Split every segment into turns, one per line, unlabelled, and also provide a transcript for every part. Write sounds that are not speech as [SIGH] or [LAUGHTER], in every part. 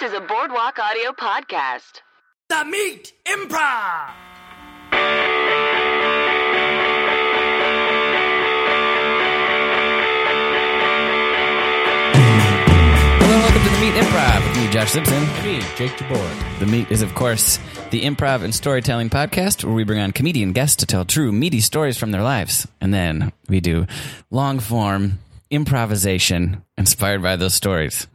to the Boardwalk Audio Podcast.
The Meat Improv.
Hello and welcome to the Meat Improv with me, Josh Simpson.
Me, Jake DeBoer.
The Meat is, of course, the improv and storytelling podcast where we bring on comedian guests to tell true, meaty stories from their lives. And then we do long form improvisation inspired by those stories.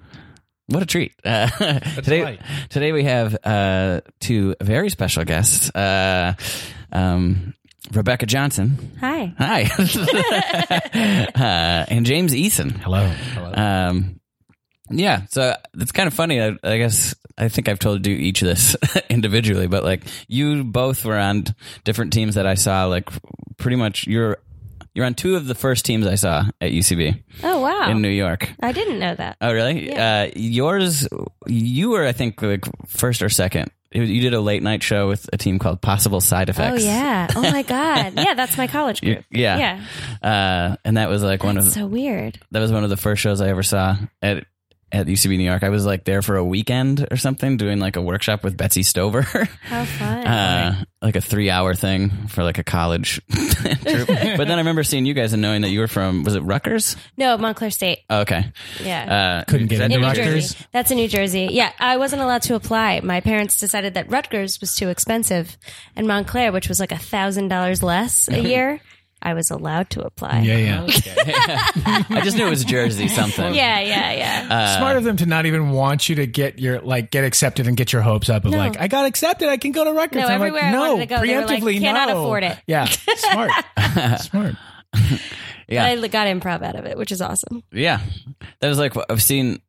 What a treat. [LAUGHS] Uh, today,
right.
today we have uh, two very special guests uh, um, Rebecca Johnson.
Hi.
Hi. [LAUGHS] uh, and James Eason.
Hello. Hello.
Um, yeah, so it's kind of funny. I, I guess I think I've told you each of this [LAUGHS] individually, but like you both were on different teams that I saw. Like pretty much, you're you're on two of the first teams I saw at UCB
Oh wow.
in New York.
I didn't know that.
Oh, really? Uh, yours, you were I think like first or second. You you did a late night show with a team called Possible Side
Oh
Effects.
yeah. Oh my god. Yeah, that's my college
You-
group.
yeah,
Yeah.
Uh, and that was like one of
That's so weird.
that was one of the first shows I ever saw at at UCB New York. I was like there for a weekend or something, doing like a workshop with Betsy Stover, [LAUGHS]
How fun.
uh, like a three hour thing for like a college [LAUGHS] troupe. but then I remember seeing you guys and knowing that you were from was it Rutgers?
no, Montclair State.
Oh, okay,
Yeah.
uh,
Couldn't get
is that
into
in New
Rutgers?
Rutgers?
Jersey. That's in New Jersey. Yeah, I wasn't allowed to apply. My parents decided that Rutgers was too expensive, and Montclair, which was like a thousand dollars
[LAUGHS]
less a year, I was allowed to apply.
yeah, yeah.
I just knew it was Jersey something.
yeah, yeah, yeah.
Uh,
Smart of them to not even want you to get your like get accepted and get your hopes up of
No.
like I got accepted, I can go to Rutgers.
No,
I'm
everywhere
like,
I
no,
wanted to go, they were like,
preemptively,
cannot
no.
afford it.
Yeah,
[LAUGHS]
smart, smart.
yeah.
I got improv out of it, which is awesome.
yeah. That was like I've seen.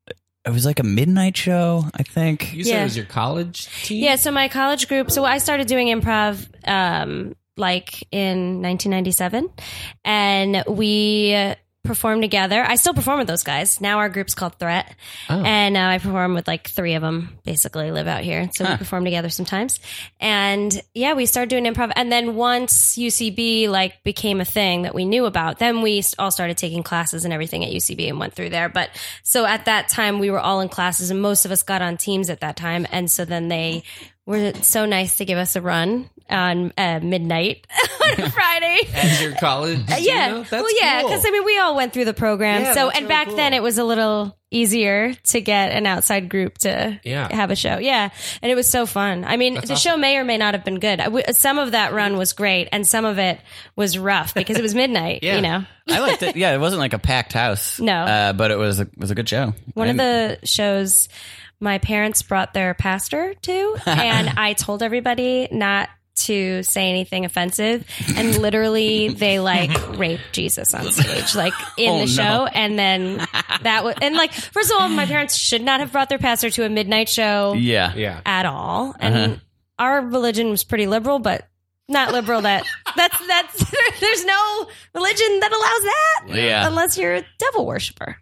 It was like a midnight show, I think.
You said
Yeah.
it was your college team?
Yeah, so my college group. So I started doing improv um, like in 1997, and we performed together. I still perform with those guys. Now our group's called Threat, and uh, I perform with like three of them. Basically, live out here, so we perform together sometimes. And yeah, we started doing improv, and then once UCB like became a thing that we knew about, then we all started taking classes and everything at UCB and went through there. But so at that time, we were all in classes, and most of us got on teams at that time, and so then they were so nice to give us a run on uh, midnight [LAUGHS] on a Friday.
As your college?
Uh, yeah.
You know? That's
well, yeah,
cool.
because I mean, we all went through the program.
Yeah,
so,
that's
and
really
back
cool.
then it was a little easier to get an outside group to
Yeah.
have a show. Yeah. And it was so fun. I mean, the show may or may not have been good. I w- some of that run was great and some of it was rough
[LAUGHS]
because it was midnight,
Yeah.
you know.
I liked it. Yeah, it wasn't like a packed house.
No.
uh, but it was a, was a good show.
One
And-
of the shows my parents brought their pastor
[LAUGHS]
to, and I told everybody not to say anything offensive and literally they like
[LAUGHS]
raped jesus on stage like in
Oh,
the show
no.
and then that was and like first of all my parents should not have brought their pastor to a midnight show
yeah [LAUGHS] Uh-huh.
Yeah.
at all and our religion was pretty liberal but not liberal that that's that's [LAUGHS] there's no religion that allows that
Yeah.
unless you're a devil worshiper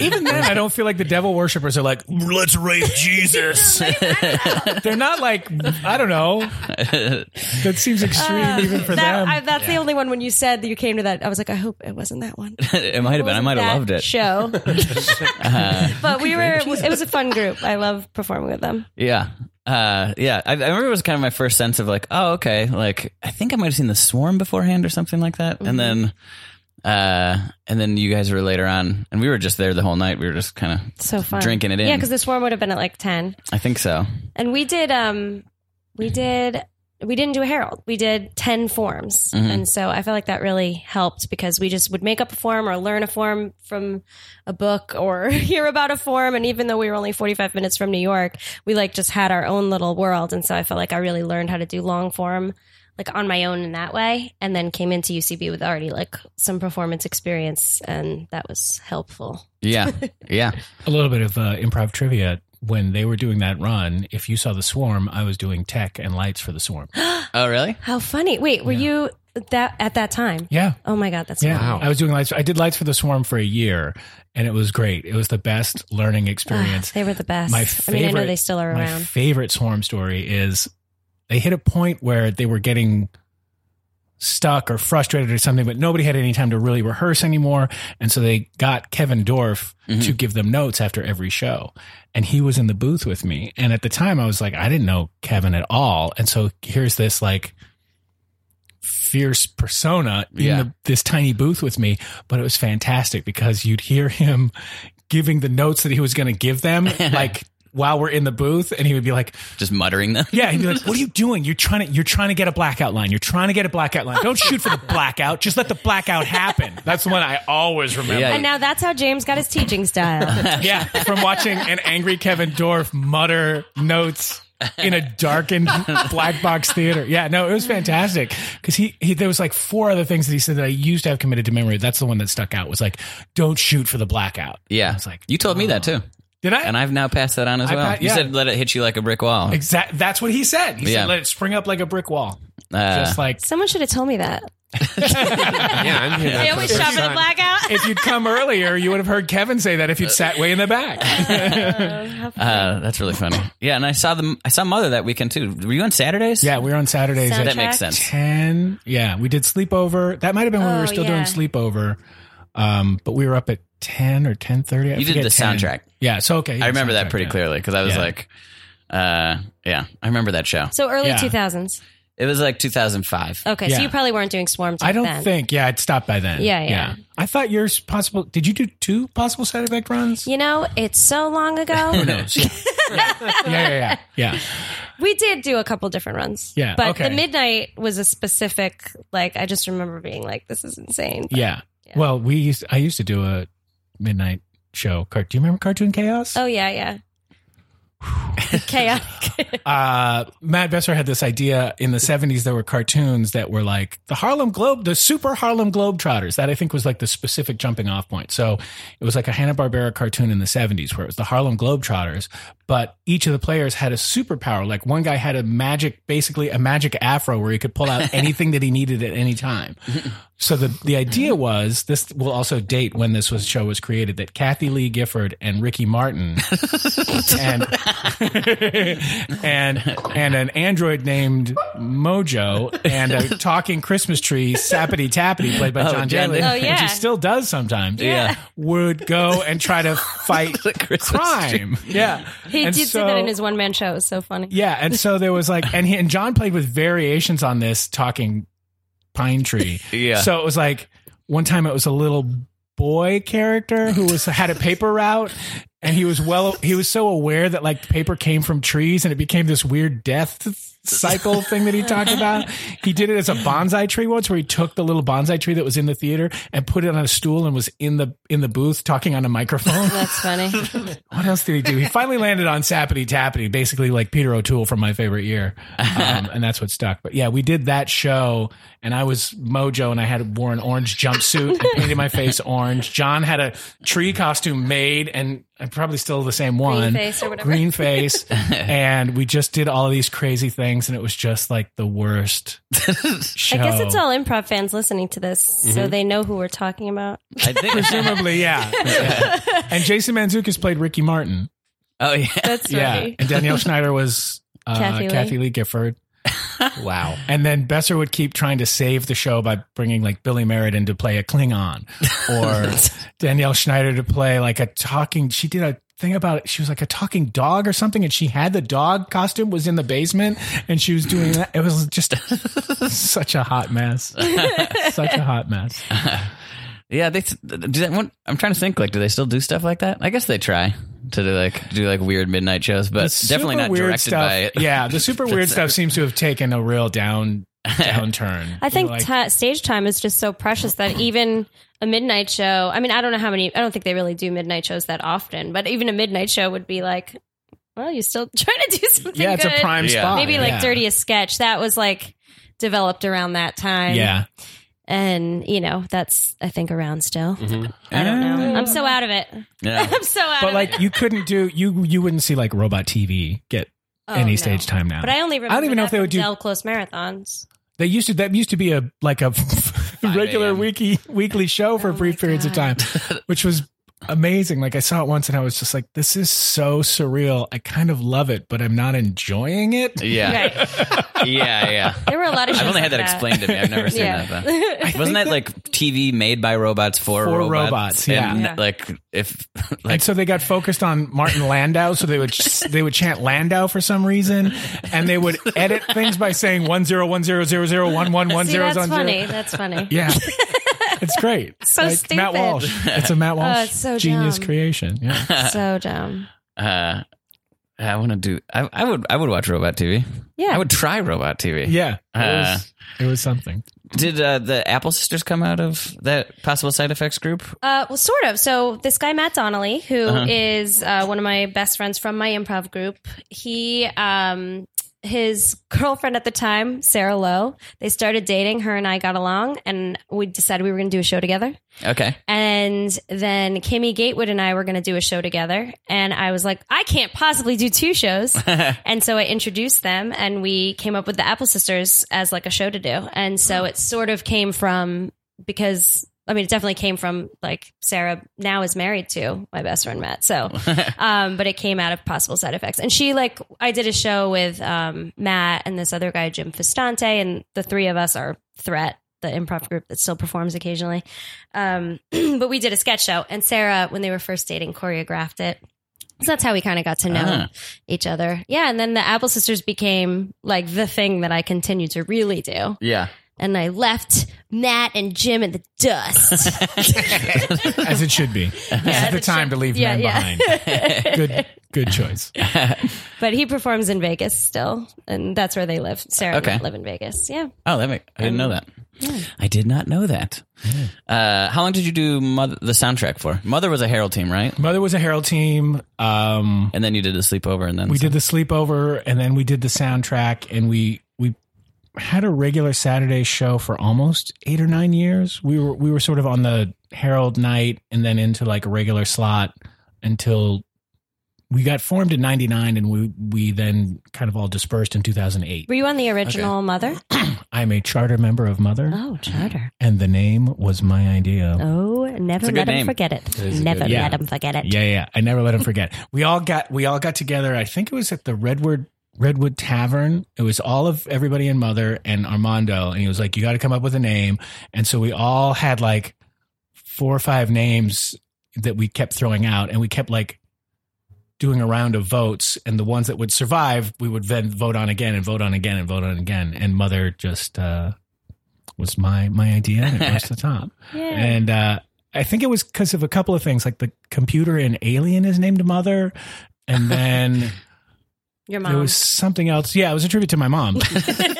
Even then, I don't feel like the devil worshippers are like let's rape Jesus.
[LAUGHS]
They're not like I don't know. That seems extreme [LAUGHS] even for
Uh, That-
them.
I, that's the only one when you said that you came to that. I was like, I hope it wasn't that
[LAUGHS]
one.
it might have been. I might have loved it. [LAUGHS]
Show. [LAUGHS] but we were, it was a fun group. I love performing with them.
Yeah. Uh, yeah. I, I remember it was kind of my first sense of like, oh, okay. Like, I think I might have seen the swarm beforehand or something like that. And then, uh, and then you guys were later on, and we were just there the whole night. We were just kind of,
So fun.
Drinking it in.
Yeah, because the swarm would have been at like 10.
I think so.
And we did, um, we did, we didn't do a Herald. We did 10 forms. And so I felt like that really helped because we just would make up a form or learn a form from a book or [LAUGHS] hear about a form. And even though we were only 45 minutes from New York, we like just had our own little world. And so I felt like I really learned how to do long form like on my own in that way. And then came into UCB with already like some performance experience. And that was helpful. [LAUGHS]
Yeah. yeah.
A little bit of uh, improv trivia. When they were doing that run, if you saw the swarm, I was doing tech and lights for the swarm.
Oh, really?
How funny. Wait, were you that at that time?
Yeah.
Oh my God, that's
Yeah.
funny.
I was doing lights. I did lights for the swarm for a year and it was great. It was the best learning experience.
Ah, They were the best.
my favorite,
I mean, I know they still are
my
around.
favorite swarm story is they hit a point where they were getting stuck or frustrated or something, but nobody had any time to really rehearse anymore. And so they got Kevin Dorff to give them notes after every show. And he was in the booth with me. And at the time, I was like, I didn't know Kevin at all. And so here's this like, fierce persona in
Yeah.
the, this tiny booth with me, but it was fantastic because you'd hear him giving the notes that he was going to give them, like while we're in the booth, and he would be like,
Just muttering them. [LAUGHS]
"Yeah," he'd be like, "What are you doing? You're trying to you're trying to get a blackout line. You're trying to get a blackout line. Don't shoot for the blackout. Just let the blackout happen." That's the one I always remember.
Yeah.
Yeah,
And now that's how James got his
[LAUGHS]
teaching style. [LAUGHS]
from watching an angry Kevin Dorff mutter notes. In a
[LAUGHS]
darkened black box theater. Yeah, no, it was fantastic because he, he there was like four other things that he said that I used to have committed to memory. That's the one that stuck out was like, don't shoot for the blackout.
Yeah.
I was like, "Oh."
you told me that
Oh.
too.
did I?
And I've now passed that on as
I
well.
pa-
You
yeah.
said let it hit you like a brick wall.
Exact. That's what he said. He
Yeah.
said, "Let it spring up like a brick wall."
Uh,
Just like
Someone should have told me that.
Yeah, I'm here.
They
for
always
the
shop
first
at the
time.
blackout.
if you'd come earlier, you would have heard Kevin say that if you'd sat way in the back.
uh, that's really funny. Yeah, and I saw them. I saw Mother that weekend too. Were you on Saturdays?
[LAUGHS] yeah, we were on Saturdays
Sound
at
that makes
Correct.
sense.
ten. Yeah, we did sleepover. That might have been when we
Oh,
were still doing
yeah.
sleepover. Um, but we were up at ten or ten thirty.
You did the soundtrack.
Yeah. So okay, yeah,
I remember
soundtrack,
that pretty
yeah.
clearly because I was
Yeah.
like, uh, yeah, I remember that show.
So early
Yeah.
2000s.
It was like 2005.
Okay,
Yeah.
so you probably weren't doing Swarm Talk
I don't
then.
think. Yeah, it stopped by then.
Yeah, yeah.
I thought yours possible. Did you do two possible Saturday night runs?
You know, it's so long
Oh,
ago.
[LAUGHS]
yeah, yeah, yeah. yeah.
we did do a couple different runs.
Yeah,
But
okay.
the midnight was a specific, like, I just remember being like, this is insane.
[LAUGHS]
Yeah. Well, we used I used to do a midnight show. Car- Do you remember Cartoon Chaos?
Oh, yeah,
[LAUGHS]
yeah. Chaotic.
Uh, Matt Besser had this idea in the 70s there were cartoons that were like the Harlem Globe, the Super Harlem Globetrotters. That I think was like the specific jumping off point. So it was like a Hanna-Barbera cartoon in the 70s where it was the Harlem Globetrotters, but each of the players had a superpower. Like one guy had a magic, basically a magic afro where he could pull out anything that he needed at any time. So the the idea was this will also date when this was show was created that Kathy Lee Gifford and Ricky Martin and [LAUGHS] and and an android named Mojo and a talking Christmas tree Sappity Tappity played by
Oh,
John
Jen-
Daly,
Oh,
which
yeah.
he still does sometimes.
Yeah.
would go and try to
[LAUGHS]
fight
Christmas
crime. Yeah,
He
And
did
so-
say that in his one man show. It was so funny.
yeah, and so there was like, and he and John played with variations on this talking pine tree.
Yeah.
So it was like one time it was a little boy character who was had a paper route. And he was well. He was so aware that like paper came from trees, and it became this weird death cycle thing that he talked about. He did it as a bonsai tree once, where he took the little bonsai tree that was in the theater and put it on a stool and was in the in the booth talking on a microphone.
That's funny.
[LAUGHS] What else did he
[LAUGHS]
do? He finally landed on Sappity Tappity, basically like Peter O'Toole from my favorite year. Um, and that's what stuck. But yeah, we did that show, and I was Mojo, and I had wore an orange jumpsuit and painted my
[LAUGHS]
face orange. John had a tree costume made, and I'm probably still the same one
face or whatever.
Green
[LAUGHS]
face. and we just did all of these crazy things, and it was just like the worst show.
[LAUGHS] I guess it's all improv fans listening to this,
Mm-hmm.
so they know who we're talking about.
I think.
Presumably, yeah.
[LAUGHS]
Yeah. And Jason Manzukis played Ricky Martin.
[LAUGHS] oh yeah.
That's funny.
Yeah,
[LAUGHS]
and Danielle Schneider was uh,
Kathy
Kathy,
Lee.
Lee. Gifford. wow. And then Besser would keep trying to save the show by bringing like Billy Merritt in to play a Klingon
[LAUGHS]
or Danielle Schneider to play like a talking. She did a thing about it. She was like a talking dog or something, and she had the dog costume was in the basement, and she was doing that. It was just [LAUGHS] such a
[LAUGHS]
hot mess. such a hot mess.
Yeah, they do that. One, I'm trying to think. Like, do they still do stuff like that? I guess they try to do like do like weird midnight shows, but
The
definitely
super
not
weird
directed
stuff,
by it. [LAUGHS]
Yeah, the super weird stuff seems to have taken a real down downturn.
I think
Like-
ti- stage time is just so precious that even a midnight show, I mean, I don't know how many, I don't think they really do midnight shows that often, but even a midnight show would be like, well, you're still [LAUGHS] trying to do something
yeah, it's
good.
a prime
Yeah.
spot.
Maybe like
yeah.
Dirtiest Sketch. That was like developed around that time.
Yeah,
And, you know, that's, I think, around still. I don't know. I'm so out of it. [LAUGHS]
Yeah.
I'm so out
Mm-hmm. but
of it.
like you couldn't do you you wouldn't see like robot TV get
Oh,
any
no.
stage time now.
But I only remember I don't even know if they would do Dell Close Marathons.
they used to that used to be a
[LAUGHS]
[LAUGHS] like a regular
a.m..
Oh
weekly weekly show for brief periods of time, which was amazing. Like I saw it once and I was just like, this is so surreal. I kind of love it, but I'm not enjoying it. [LAUGHS]
Yeah.
Right.
Yeah. Yeah.
There were a lot of.
I've
shows
only
like
had that, explained to me. I've
[LAUGHS]
never seen
Yeah.
that. Though.
[LAUGHS]
Wasn't that, like TV made by robots for,
For
robots?
robots, yeah.
And,
Yeah.
Like if [LAUGHS] like
and so they got focused on Martin Landau, so they would [LAUGHS] they would chant Landau for some reason, and they would edit things by saying one zero one zero zero zero one one one
See,
zero
that's
one
funny.
zero.
That's funny.
[LAUGHS]
Yeah, it's great.
[LAUGHS] So
Matt
stupid. Oh,
Walsh. It's a Matt Walsh
it's so
genius
dumb.
creation. Yeah.
[LAUGHS] So dumb.
uh, I want to do. I, I would. I would watch robot TV.
Yeah.
I would try robot TV.
Yeah, it,
Uh,
was, it was something.
Did uh, the Apple sisters come out of that possible side effects group?
Uh, well, sort of. So this guy Matt Donnelly, who is
Uh-huh.
uh, one of my best friends from my improv group, he um, his girlfriend at the time, Sarah Lowe, they started dating. Her and I got along, and we decided we were going to do a show together.
Okay. [LAUGHS]
And then Kimmy Gatewood and I were going to do a show together. And I was like, I can't possibly do two shows. and so I introduced them and we came up with the Apple Sisters as like a show to do. And so it sort of came from because. I mean, it definitely came from like Sarah now is married to my best friend Matt. So, um, but it came out of possible side effects. And she like I did a show with um, Matt and this other guy Jim Festante, and the three of us are Threat, the improv group that still performs occasionally. Um, [CLEARS THROAT] but we did a sketch show, and Sarah, when they were first dating, choreographed it. So that's how we kind of got to know
Ah.
each other. Yeah, and then the Apple Sisters became like the thing that I continued to really do.
Yeah.
And I left Matt and Jim in the dust.
As it should be. This
Yeah,
is the
it
time
should-
to leave
yeah,
men
yeah.
behind. Good, good choice.
but he performs in Vegas still, and that's where they live. Sarah and
Okay.
Matt live in Vegas. Yeah.
Oh, that make, I didn't know that. I did not know that. Uh, how long did you do Mother, the soundtrack for? Mother was a Herald team, right?
Mother was a Herald team. Um,
And then you did the sleepover, and then
we did the sleepover and then we did the soundtrack and we we had a regular Saturday show for almost eight or nine years. We were we were sort of on the Herald night and then into like a regular slot until we got formed in ninety nine and we we then kind of all dispersed in two thousand eight.
Were you on the original Mother?
[CLEARS THROAT] I'm a charter member of Mother
Oh, Charter.
and the name was my idea.
Oh,
a
never let
good
him
name.
forget it. Never let
Yeah.
him forget it.
Yeah, yeah, yeah. I never let him forget. We all got we all got together. I think it was at the Redwood Redwood Tavern. It was all of everybody and Mother and Armando, and he was like, "You got to come up with a name." And so we all had like four or five names that we kept throwing out, and we kept like doing a round of votes, and the ones that would survive, we would then vote on again and vote on again and vote on again. And Mother just uh, was my my idea, and it was the top.
Yeah.
And uh, I think it was because of a couple of things, like the computer in Alien is named Mother,
[LAUGHS]
and then
Your mom.
there was something else. Yeah, it was a tribute to my mom.
[LAUGHS]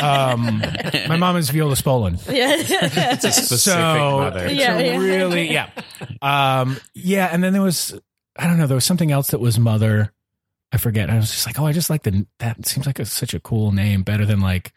um,
[LAUGHS]
my mom is Viola Spolin.
yeah.
It's a [LAUGHS] specific
So,
mother.
Yeah.
so really, yeah, um, yeah. And then there was, I don't know, there was something else that was Mother. I forget. I was just like, oh, I just like the that seems like a, such a cool name, better than like,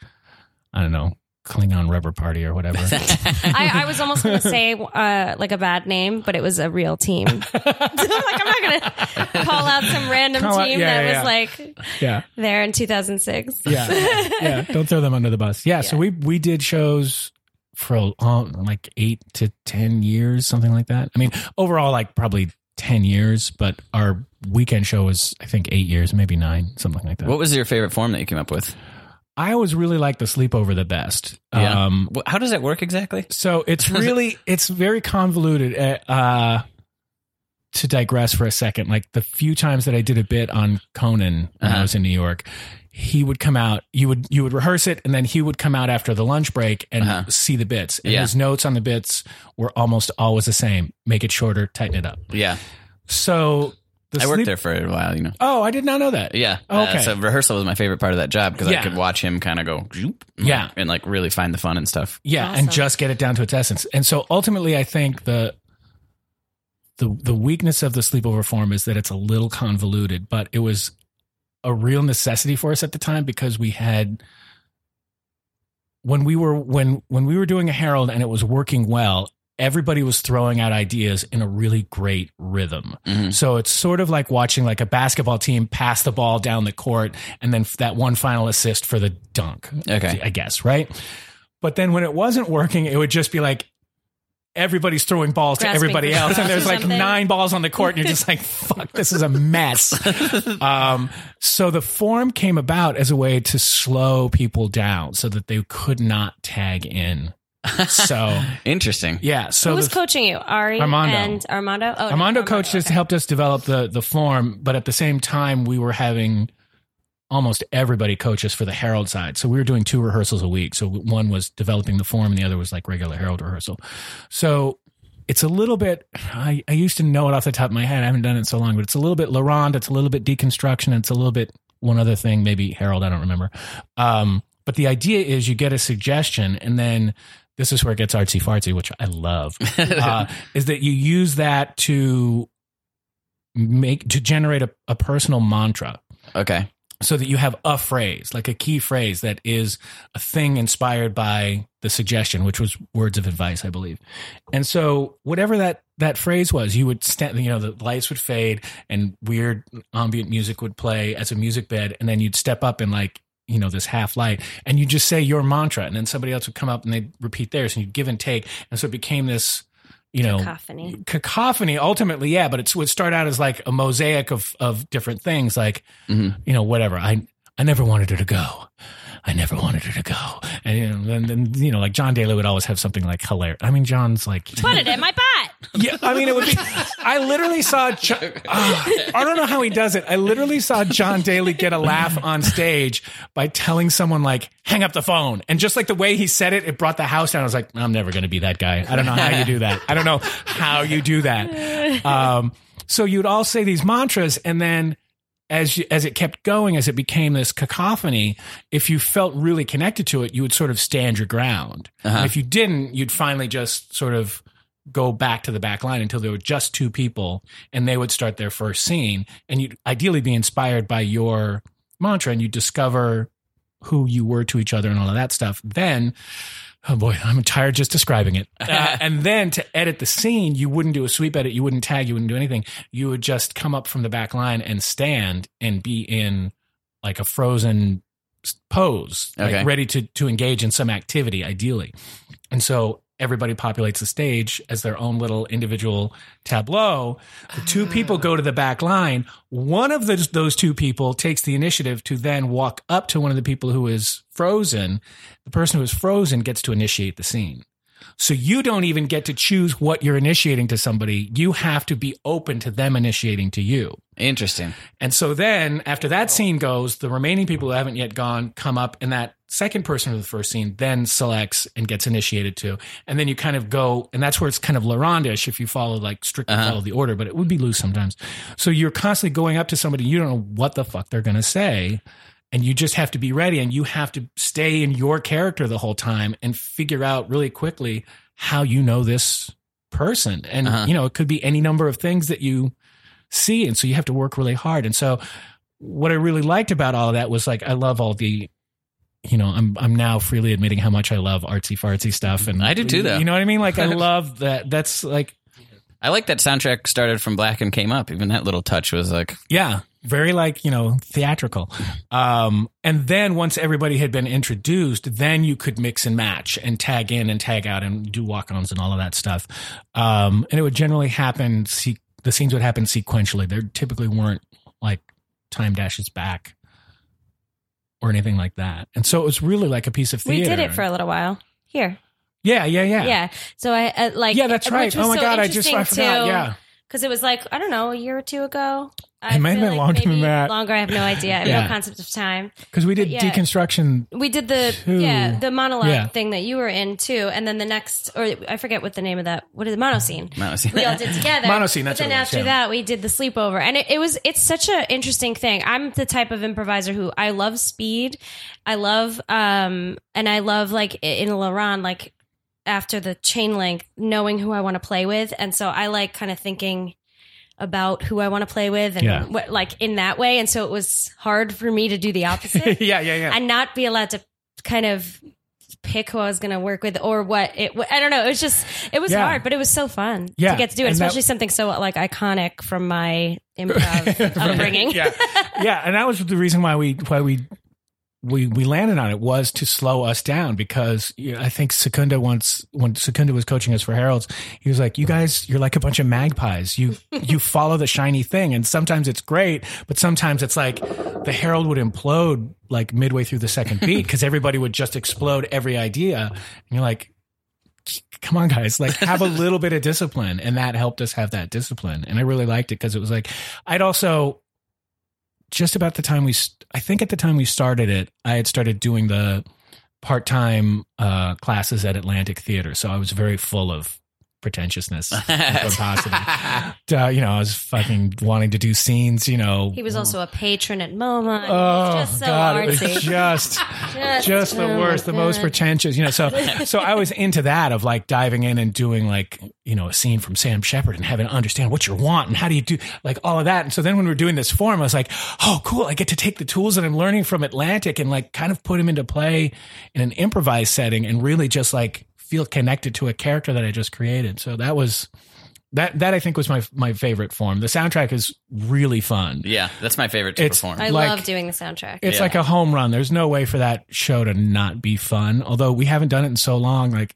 I don't know, Klingon Rubber Party or whatever.
[LAUGHS]
[LAUGHS]
I, I was almost going to say uh, like a bad name, but it was a
[LAUGHS]
real team. [LAUGHS] I'm like, I'm not going to call out some random
Call out-
team
yeah,
that
yeah, yeah.
was like
yeah.
there in 2006.
yeah,
[LAUGHS]
yeah. Don't throw them under the bus. Yeah, So we we did shows for uh, like eight to ten years, something like that. I mean, overall, like probably ten years, but our weekend show was I think eight years, maybe nine, something like that.
What was your favorite form that you came up with?
I always really liked the sleepover the best.
Yeah.
Um,
Wh- How does that work exactly?
so
[LAUGHS]
it's really it's very convoluted. Uh, uh, to digress for a second, like the few times that I did a bit on Conan when
Uh-huh.
I was in New York, he would come out. You would you would rehearse it, and then he would come out after the lunch break and
Uh-huh.
see the bits. And
Yeah.
his notes on the bits were almost always the same. Make it shorter, tighten it up.
Yeah,
So the
I worked
sleep-
there for a while. You know.
Oh, I did not know that.
Yeah.
Okay.
Uh, so rehearsal was my favorite part of that job because
Yeah.
I could watch him kind of go, zoop,
Yeah.
and like really find the fun and stuff.
Yeah,
Awesome.
and just get it down to its essence. And so ultimately, I think the the the weakness of the sleepover form is that it's a little convoluted, but it was a real necessity for us at the time because we had when we were when when we were doing a herald and it was working well everybody was throwing out ideas in a really great rhythm
Mhm.
so it's sort of like watching like a basketball team pass the ball down the court and then f- that one final assist for the dunk
Okay.
I guess, right? But then when it wasn't working, it would just be like everybody's throwing balls
Grasping
to everybody
for
else, and
[LAUGHS] straws
there's
or
like
something.
nine balls on the court, and you're
[LAUGHS]
just like, "Fuck, this is a mess." um, so the form came about as a way to slow people down, so that they could not tag in. So
Interesting.
yeah, so
Who was
the-
coaching you? Ari
Armando.
and Armando? Oh, no,
Armando coached us,
okay.
helped us develop the the form, but at the same time, we were having almost everybody coach us for the Herald side. So we were doing two rehearsals a week. So one was developing the form, and the other was like regular Herald rehearsal. So it's a little bit. I, I used to know it off the top of my head. I haven't done it in so long, but it's a little bit Laronde. It's a little bit deconstruction. and It's a little bit one other thing, maybe Herald. I don't remember. Um, but the idea is you get a suggestion, and then this is where it gets artsy fartsy, which I love [LAUGHS] [LAUGHS] uh, is that you use that to make to generate a, a personal mantra
[LAUGHS] okay.
so that you have a phrase like a key phrase that is a thing inspired by the suggestion which was words of advice i believe and so whatever that that phrase was you would stand you know the lights would fade and weird ambient music would play as a music bed and then you'd step up and like you know this half light and you just say your mantra and then somebody else would come up and they'd repeat theirs and you'd give and take and so it became this you know
Cacophony.
cacophony ultimately yeah but it's would start out as like a mosaic of of different things like
Mhm.
you know whatever i i never wanted her to go i never wanted her to go and you know, then, then you know like john daly would always have something like hilarious i mean john's like
[LAUGHS] Put it in
[LAUGHS]
my butt.
yeah i mean it would be i literally saw john, i don't know how he does it i literally saw john daly get a laugh on stage by telling someone like hang up the phone and just like the way he said it it brought the house down i was like i'm never going to be that guy i don't know how you do that i don't know how you do that um, so you'd all say these mantras and then as you, as it kept going, as it became this cacophony, if you felt really connected to it, you would sort of stand your ground. And if you didn't, you'd finally just sort of go back to the back line until there were just two people, and they would start their first scene, and you'd ideally be inspired by your mantra, and you discover who you were to each other and all of that stuff. Then oh boy, I'm tired just describing it. Uh, and then to edit the scene, you wouldn't do a sweep edit, you wouldn't tag, you wouldn't do anything. You would just come up from the back line and stand and be in like a frozen s- pose, like
Okay.
ready to to engage in some activity, ideally. And so everybody populates the stage as their own little individual tableau. The two people go to the back line. One of those, those two people takes the initiative to then walk up to one of the people who is frozen. The person who is frozen gets to initiate the scene. So you don't even get to choose what you're initiating to somebody. You have to be open to them initiating to you.
Interesting.
And so then after that scene goes, the remaining people who haven't yet gone come up and that second person of the first scene then selects and gets initiated to. And then you kind of go and that's where it's kind of Larondish if you follow like strictly follow the order, but it would be loose sometimes. So you're constantly going up to somebody you don't know what the fuck they're gonna say. And you just have to be ready and you have to stay in your character the whole time and figure out really quickly how you know this person. And
Uh-huh.
you know, it could be any number of things that you see. And so you have to work really hard. And so what I really liked about all of that was like I love all the you know, I'm I'm now freely admitting how much I love artsy fartsy stuff and
I do too, though.
You know what I
[LAUGHS]
mean? Like I love that that's like
I like that soundtrack started from black and came up. Even that little touch was like, [LAUGHS]
yeah, very like, you know, theatrical. Um and then once everybody had been introduced, then you could mix and match and tag in and tag out and do walk-ons and all of that stuff. Um and it would generally happen se- the scenes would happen sequentially. There typically weren't like time dashes back or anything like that. And so it was really like a piece of
We
theater.
did it for a little while. Here.
Yeah, yeah, yeah.
Yeah. So I uh, like.
Yeah, that's right.
which was
Oh my
so
god, I just I
interesting,
forgot.
too,
yeah.
because it was like I don't know a year or two ago.
It might have
feel
been longer than
maybe
that.
Longer, I have no idea. I have
Yeah.
no concept of time.
Cuz we did
yeah.
deconstruction. [LAUGHS]
We did the
Two.
yeah the monologue
Yeah.
thing that you were in too, and then the next or I forget what the name of that what is the mono scene.
Mono scene.
[LAUGHS] we all
[LAUGHS]
did together.
Mono scene,
But
that's
then
what it was,
after
yeah.
that, we did the sleepover, and it, it was it's such an interesting thing. I'm the type of improviser who I love speed, I love um, and I love like i- in Laron like after the chain link, knowing who I want to play with, and so I like kind of thinking about who I want to play with, and
Yeah.
what like in that way. And so it was hard for me to do the opposite
yeah, yeah, yeah.
and not be allowed to kind of pick who I was going to work with or what it. I don't know. It was just it was
Yeah.
hard, but it was so fun
Yeah.
to get to do it,
And that-
especially something so like iconic
[LAUGHS]
from my improv upbringing. [LAUGHS]
yeah, yeah, and that was the reason why we why we we we landed on it was to slow us down because you know, I think Secunda once when Secunda was coaching us for Heralds, he was like, "You guys, you're like a bunch of magpies. You you follow the shiny thing, and sometimes it's great, but sometimes it's like the Herald would implode like midway through the second beat because everybody would just explode every idea, and you're like." Come on, guys! Like, have a little bit of discipline, and that helped us have that discipline. And I really liked it because it was like I'd also just about the time we, st- I think at the time we started it, I had started doing the part time uh, classes at Atlantic Theater. So I was very full of
[LAUGHS]
pretentiousness and pomposity. Uh, you know, I was fucking wanting to do scenes, you know.
He was also a patron at MoMA. He
Oh
was just so
God! It was
artsy.
just,
Just-
just the
oh my
worst, the most
God.
pretentious. You know,
[LAUGHS]
so so I was into that of like diving in and doing like you know a scene from Sam Shepard and having to understand what you want and how do you do like all of that. And so then when we were doing this form, I was like, oh cool, I get to take the tools that I'm learning from Atlantic and like kind of put them into play in an improvised setting and really just like feel connected to a character that I just created. So that was. That, that I think was my my favorite form. The soundtrack is really fun.
yeah, that's my favorite to
It's-
perform.
I
like-
love doing the soundtrack.
It's
Yeah.
like a home run. There's no way for that show to not be fun. Although we haven't done it in so long, like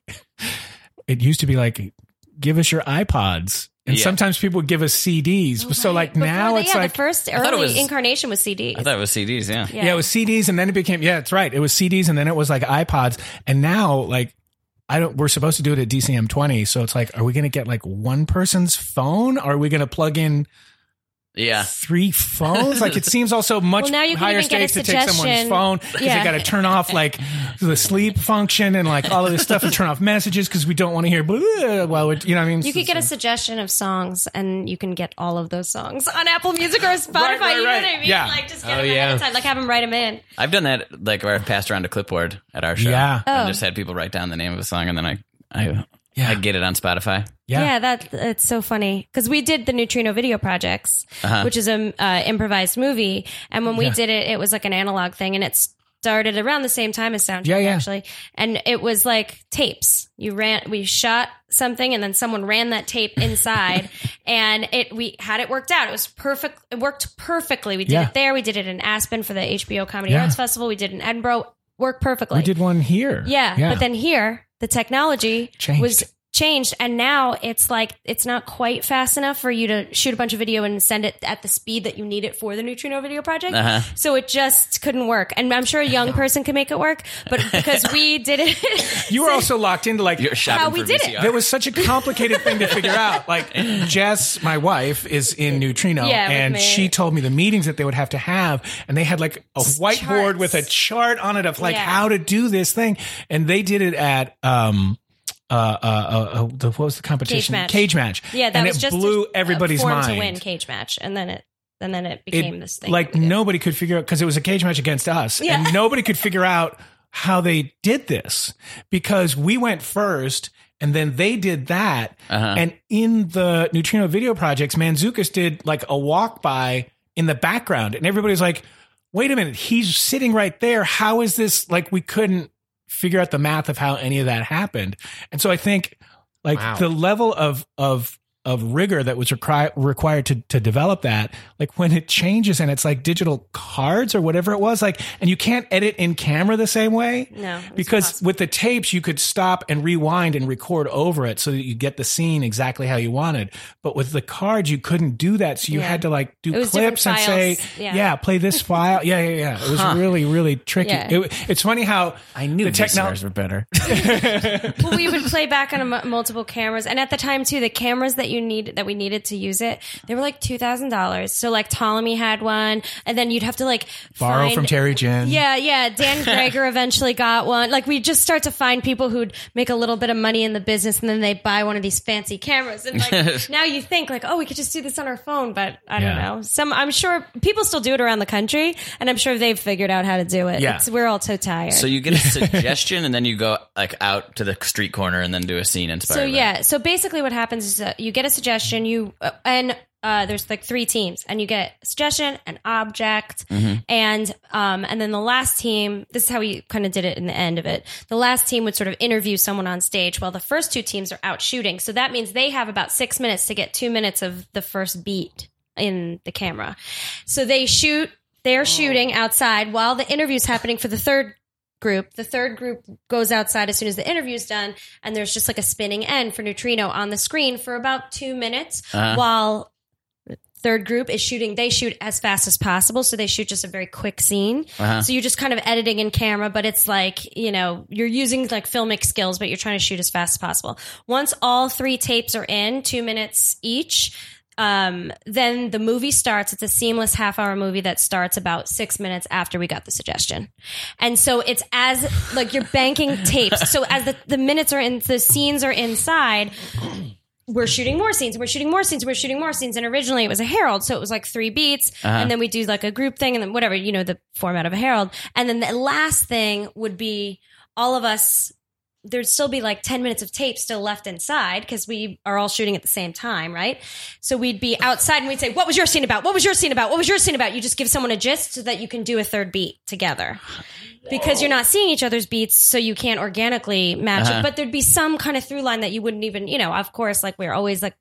[LAUGHS] it used to be like, give us your iPods, and
Yeah.
sometimes people would give us CDs. so like
Before
now
the,
it's
yeah,
like
the first
thought it
early
was-
incarnation was CD.
I thought it was CDs. Yeah,
yeah. it was CDs, and then it became yeah, it's right. It was CDs, and then it was like iPods, and now like. I don't. We're supposed to do it at DCM twenty, so it's like, are we going to get like one person's phone? Are we going to plug in
yeah.
three phones. Like it seems also much
[LAUGHS] Well, now you can
higher
even get a
stakes to take someone's
suggestion.
phone because
Yeah.
they got to turn off like the sleep function and like all of this stuff and turn off messages because we don't want to hear "Bleh," while we're you know what I mean.
You could get a suggestion of songs, and you can get all of those songs on Apple Music or
[LAUGHS]
Spotify.
Right, right,
you know
right.
what I mean?
Yeah.
Like just get
Oh,
them ahead
yeah.
of time. Like have them write them in.
I've done that. Like where I've passed around a clipboard at our show.
Yeah.
and
Oh.
just had people write down the name of a song, and then I, I,
Yeah.
I get it on Spotify. [LAUGHS]
Yeah.
Yeah, that it's so funny because we did the Neutrino Video Projects,
Uh-huh.
which is an uh, improvised movie, and when we did it, it was like an analog thing, and it started around the same time as soundtrack,
Yeah, yeah.
actually, and it was like tapes. You ran, we shot something, and then someone ran that
[LAUGHS]
tape inside, and it we had it worked out. It was perfect. It worked perfectly. We did
Yeah.
it there. We did it in Aspen for the HBO Comedy
Yeah.
Arts Festival. We did it in Edinburgh. Worked perfectly.
we did one here.
Yeah, But then here, the technology
Changed.
was changed. And now it's like, it's not quite fast enough for you to shoot a bunch of video and send it at the speed that you need it for the Neutrino video project.
Uh-huh.
So it just couldn't work. And I'm sure a young person could make it work, but because we did it. [LAUGHS]
you were also locked into like
You're shopping
How we
for
did it.
VCR.
There was such a complicated thing to figure out. Like Jess, my wife, is in Neutrino,
Yeah, with
and
me.
she told me the meetings that they would have to have, and they had like a whiteboard
charts.
with a chart on it of like
Yeah.
how to do this thing, and they did it at um. Uh, uh, uh, uh, the, what was the competition?
match.
match.
yeah, that
and
was
it
just
blew
a- a
everybody's
form
mind.
to win cage match. And then it, and then it
It-
became this thing.
Like
that we did.
nobody could figure out because it was a cage match against us,
[LAUGHS]
and nobody could figure out how they did this because we went first, and then they did that.
Uh-huh.
And in the Neutrino video projects, Manzukis did like a walk by in the background, and everybody's like, "Wait a minute, he's sitting right there. How is this?" Like we couldn't figure out the math of how any of that happened, and so I think like
Wow.
the level of of of rigor that was requi- required to to develop that like when it changes and it's like digital cards or whatever it was like and you can't edit in camera the same way
No, it's
because
impossible.
with the tapes you could stop and rewind and record over it so that you get the scene exactly how you wanted but with the cards you couldn't do that so you
Yeah.
had to like do
It was different
clips and say
files.
yeah.
Yeah.
play this file yeah yeah yeah it was really really tricky
Yeah.
It- it's funny how
I knew
the technology
VCRs were better.
well, we would play back on a m- multiple cameras, and at the time too, the cameras that you need that we needed to use it, they were like two thousand dollars. So like Ptolemy had one, and then you'd have to like
borrow
find-
from Terry Jen. [LAUGHS]
Yeah, yeah. Dan Greger eventually got one. Like we just start to find people who'd make a little bit of money in the business, and then they buy one of these fancy cameras. And
[LAUGHS]
like now you think like, oh, we could just do this on our phone, but I don't
Yeah.
know. Some I'm sure people still do it around the country, and I'm sure they've figured out how to do it.
Yeah.
It's- we're all so tired.
So
[LAUGHS]
you get a suggestion, and then you go like out to the street corner, and then do a scene inspired.
So
by it.
yeah, so basically what happens is uh, you get a suggestion, you uh, and uh, there's like three teams, and you get suggestion, an object, and um, and then the last team. This is how we kind of did it in the end of it. The last team would sort of interview someone on stage, while the first two teams are out shooting. So that means they have about six minutes to get two minutes of the first beat in the camera. So they shoot They're shooting outside while the interview's happening for the third group. The third group goes outside as soon as the interview's done, and there's just like a spinning end for Neutrino on the screen for about two minutes
Uh-huh.
while third group is shooting. They shoot as fast as possible, so they shoot just a very quick scene.
Uh-huh.
So you're just kind of editing in camera, but it's like, you know, you're using like filmic skills, but you're trying to shoot as fast as possible. Once all three tapes are in, two minutes each, um, then the movie starts. It's a seamless half hour movie that starts about six minutes after we got the suggestion. And so it's as like you're banking tapes. So as the, the minutes are in, the scenes are inside, we're shooting more scenes, we're shooting more scenes, we're shooting more scenes. And originally it was a Herald. So it was like three beats. And then we do like a group thing and then whatever, you know, the format of a Herald. And then the last thing would be all of us. There'd still be like 10 minutes of tape still left inside because we are all shooting at the same time, right? So we'd be outside and we'd say, What was your scene about? What was your scene about? What was your scene about? You just give someone a gist so that you can do a third beat together because you're not seeing each other's beats, so you can't organically match it. But there'd be some kind of through line that you wouldn't even, you know, of course, like we're always like,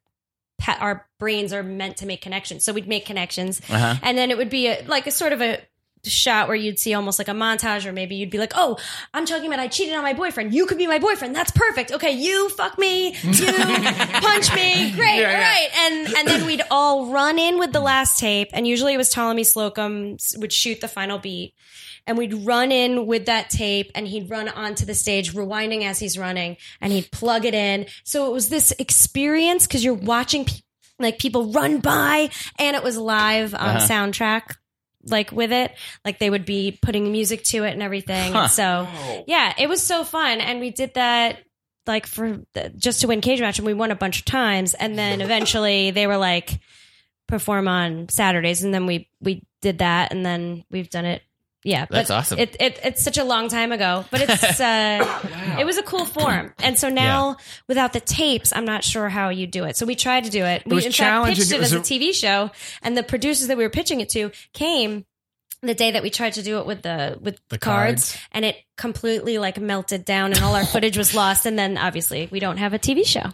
pa- our brains are meant to make connections. So we'd make connections. And then it would be a, like a sort of a shot where you'd see almost like a montage, or maybe you'd be like, oh, I'm talking about I cheated on my boyfriend. You could be my boyfriend. That's perfect. Okay, you fuck me. You punch me. Great. all right. And, and then we'd all run in with the last tape. And usually it was Ptolemy Slocum s- would shoot the final beat and we'd run in with that tape and he'd run onto the stage rewinding as he's running and he'd plug it in so it was this experience because you're watching pe- like people run by and it was live on
Uh-huh.
soundtrack like with it like they would be putting music to it and everything
Huh.
and so yeah it was so fun and we did that like for the, just to win cage match and we won a bunch of times and then eventually they were like perform on Saturdays, and then we we did that, and then we've done it. Yeah,
That's
but
awesome.
It, it it's such a long time ago, but
[LAUGHS]
it's uh, it was a cool form, and so now without the tapes, I'm not sure how you do it. So we tried to do it. We
was
in fact
challenging.
pitched
It
it
was a-
as a TV show, and the producers that we were pitching it to came the day that we tried to do it with the with
The
cards,
cards.
and it completely like melted down, and all our footage was lost, and then obviously we don't have a TV show.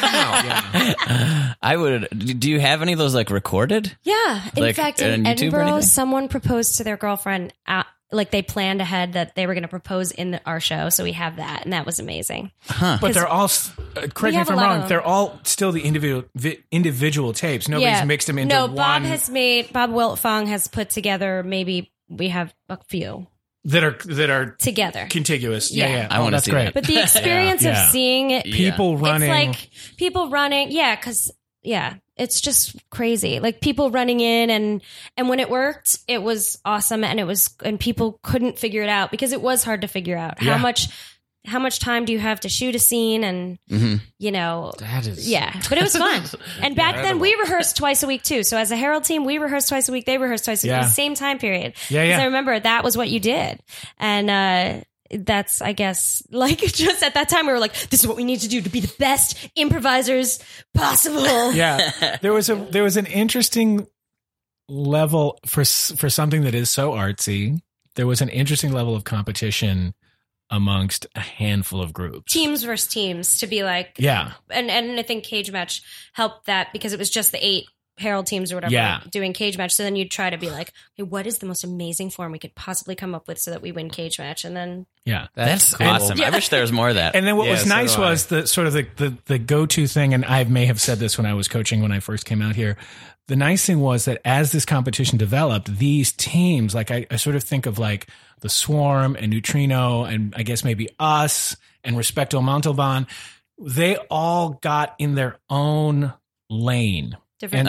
[LAUGHS]
Uh-huh. I would. Do you have any of those like recorded?
Yeah. In
Like,
fact, in
on YouTube or
Edinburgh,
anything?
someone proposed to their girlfriend. Out, like they planned ahead that they were going to propose in the, our show, so we have that, and that was amazing.
But they're all, s- uh, correct me
have
if
a
I'm
lot
wrong,
of-
they're all still the individual vi- individual tapes. Nobody's mixed them into
No,
one
Bob has made Bob Wiltfong has put together. Maybe we have a few
that are that are
together.
contiguous. Yeah,
Yeah.
yeah. Oh,
I wanna
that's
see
great.
that.
But the
[LAUGHS]
experience
Yeah.
of seeing it,
People running.
it's like people running. Yeah, because yeah, it's just crazy. Like people running in and and when it worked, it was awesome, and it was and people couldn't figure it out because it was hard to figure out
Yeah.
how much how much time do you have to shoot a scene and you know
That is.
yeah, but it
[LAUGHS]
was fun. And back then, we rehearsed twice a week too. So as a Herald team, we rehearsed twice a week. They rehearsed twice a week.
Yeah.
The same time period.
Yeah,
'Cause
yeah.
I remember that was what you did, and uh, that's I guess [LAUGHS] like just at that time we were like, this is what we need to do to be the best improvisers
[LAUGHS]
possible.
yeah there was a there was an interesting level for s- for something that is so artsy there was an interesting level of competition amongst a handful of groups
Teams versus teams to be like,
yeah
and and I think cage match helped that because it was just the eight Herald teams or whatever
Yeah.
doing cage match. So then you'd try to be like, okay, what is the most amazing form we could possibly come up with so that we win cage match? And then
yeah
That's, awesome. I wish there was more of that.
and then what
Yeah,
was
so
nice
do I.
was the sort of the, the, the go-to thing and i may have said this when i was coaching when i first came out here the nice thing was that as this competition developed these teams like i, I sort of think of like the swarm and neutrino and i guess maybe us and respecto montalban they all got in their own lane
different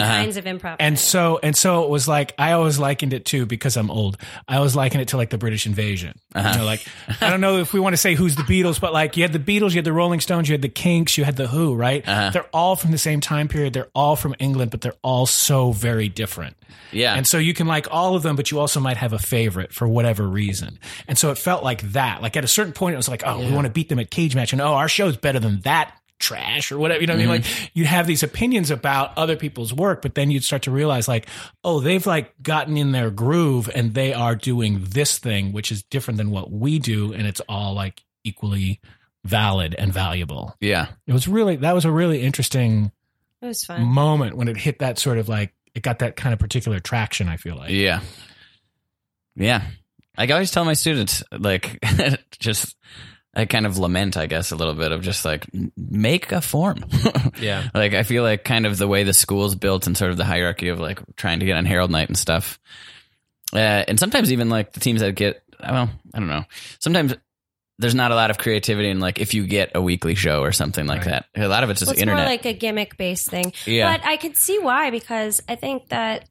And-
Uh-huh.
kinds of improv.
and so and so it was like I always likened it to because I'm old. I always likened it to like the British invasion. You know, like I don't know if we want to say who's the Beatles, but like you had the Beatles, you had the Rolling Stones, you had the Kinks, you had the Who, right? They're all from the same time period. They're all from England, but they're all so very different.
yeah.
And so you can like all of them, but you also might have a favorite for whatever reason. And so it felt like that. Like at a certain point, it was like, oh, we want to beat them at cage match, and oh, our show's better than that trash or whatever. You know what I mean? Like you'd have these opinions about other people's work, but then you'd start to realize like, oh, they've like gotten in their groove and they are doing this thing, which is different than what we do, and it's all like equally valid and valuable.
yeah.
It was really that was a really interesting
it was fun.
moment when it hit that sort of like it got that kind of particular traction, I feel like.
Yeah. Yeah. I always tell my students, like, [LAUGHS] just, I kind of lament, I guess, a little bit of just like, m- make a form. [LAUGHS]
Yeah.
like, I feel like kind of the way the school's built and sort of the hierarchy of like trying to get on Herald Night and stuff. Uh, and sometimes even like the teams that get, well, I don't know. Sometimes there's not a lot of creativity in like if you get a weekly show or something like
Right.
that. A lot of it's just
Well, it's
internet.
more like a gimmick based thing.
Yeah.
But I could see why because I think that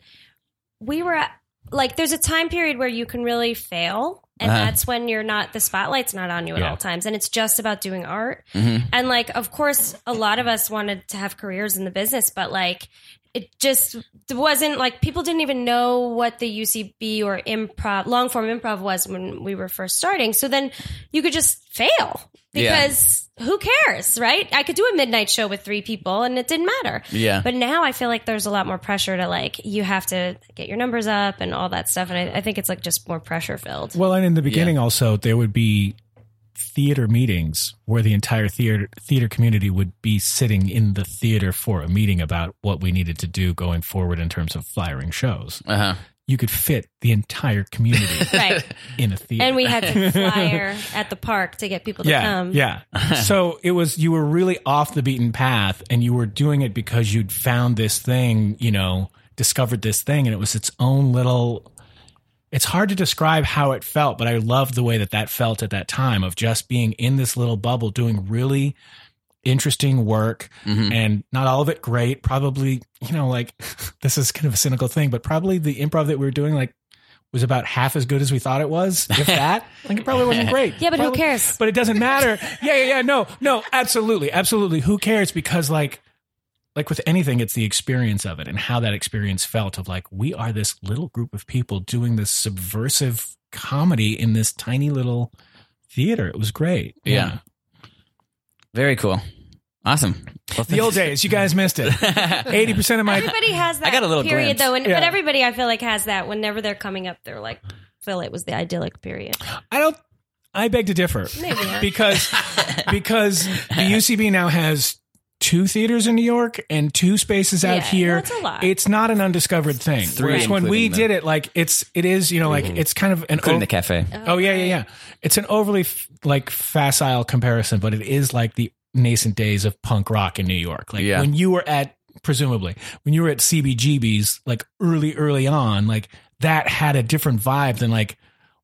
we were at, like, there's a time period where you can really fail. And
Uh-huh.
that's when you're not, the spotlight's not on you at
Yeah.
all times. And it's just about doing art.
Mhm.
And like, of course, a lot of us wanted to have careers in the business, but like, it just wasn't like people didn't even know what the UCB or improv, long form improv was when we were first starting. So then you could just fail
Yeah.
because who cares, right? I could do a midnight show with three people and it didn't matter.
yeah.
But now I feel like there's a lot more pressure to like, you have to get your numbers up and all that stuff. And I, I think it's like just more
[LAUGHS]
pressure filled.
Well, and in the beginning, also there would be theater meetings where the entire theater theater community would be sitting in the theater for a meeting about what we needed to do going forward in terms of flyering shows.
uh huh.
You could fit the entire community
[LAUGHS] right.
in a theater.
And we had to flyer at the park to get people to
yeah,
come.
yeah.
[LAUGHS]
so it was you were really off the beaten path, and you were doing it because you'd found this thing, you know, discovered this thing, and it was its own little. It's hard to describe how it felt, but I loved the way that that felt at that time of just being in this little bubble, doing really interesting work,
Mm-hmm.
Mhm.
and not all of it great. Probably, you know, like [LAUGHS] this is kind of a cynical thing, but probably the improv that we were doing, like. Was about half as good as we thought it was,
[LAUGHS]
if that. Like it probably wasn't great.
Yeah, but who
Probably-
cares?
but it doesn't matter. Yeah, yeah, yeah. No, no, absolutely, absolutely. Who cares? Because like, like with anything, it's the experience of it and how that experience felt. Of like, we are this little group of people doing this subversive comedy in this tiny little theater. It was great.
Yeah. Very cool. Awesome. Well,
The old days, you guys missed it. Eighty percent of my
Everybody has that
got a little
period
glimpse.
though, and,
Yeah.
but everybody I feel like has that. Whenever they're coming up, they're like, "Phil, it was the idyllic period."
I don't. I beg to differ.
Maybe not.
because because the UCB now has two theaters in New York and two spaces out
Yeah,
here.
that's a lot.
It's not an undiscovered thing.
Three,
Whereas when we
including the- Mm-hmm.
did it, like it's it is you know like it's kind of an
[LAUGHS] Including
o-
the cafe.
oh yeah yeah yeah it's an overly f- like facile comparison, but it is like the nascent days of punk rock in New York. Like
Yeah.
when you were at presumably when you were at CBGB's like early early on, like that had a different vibe than like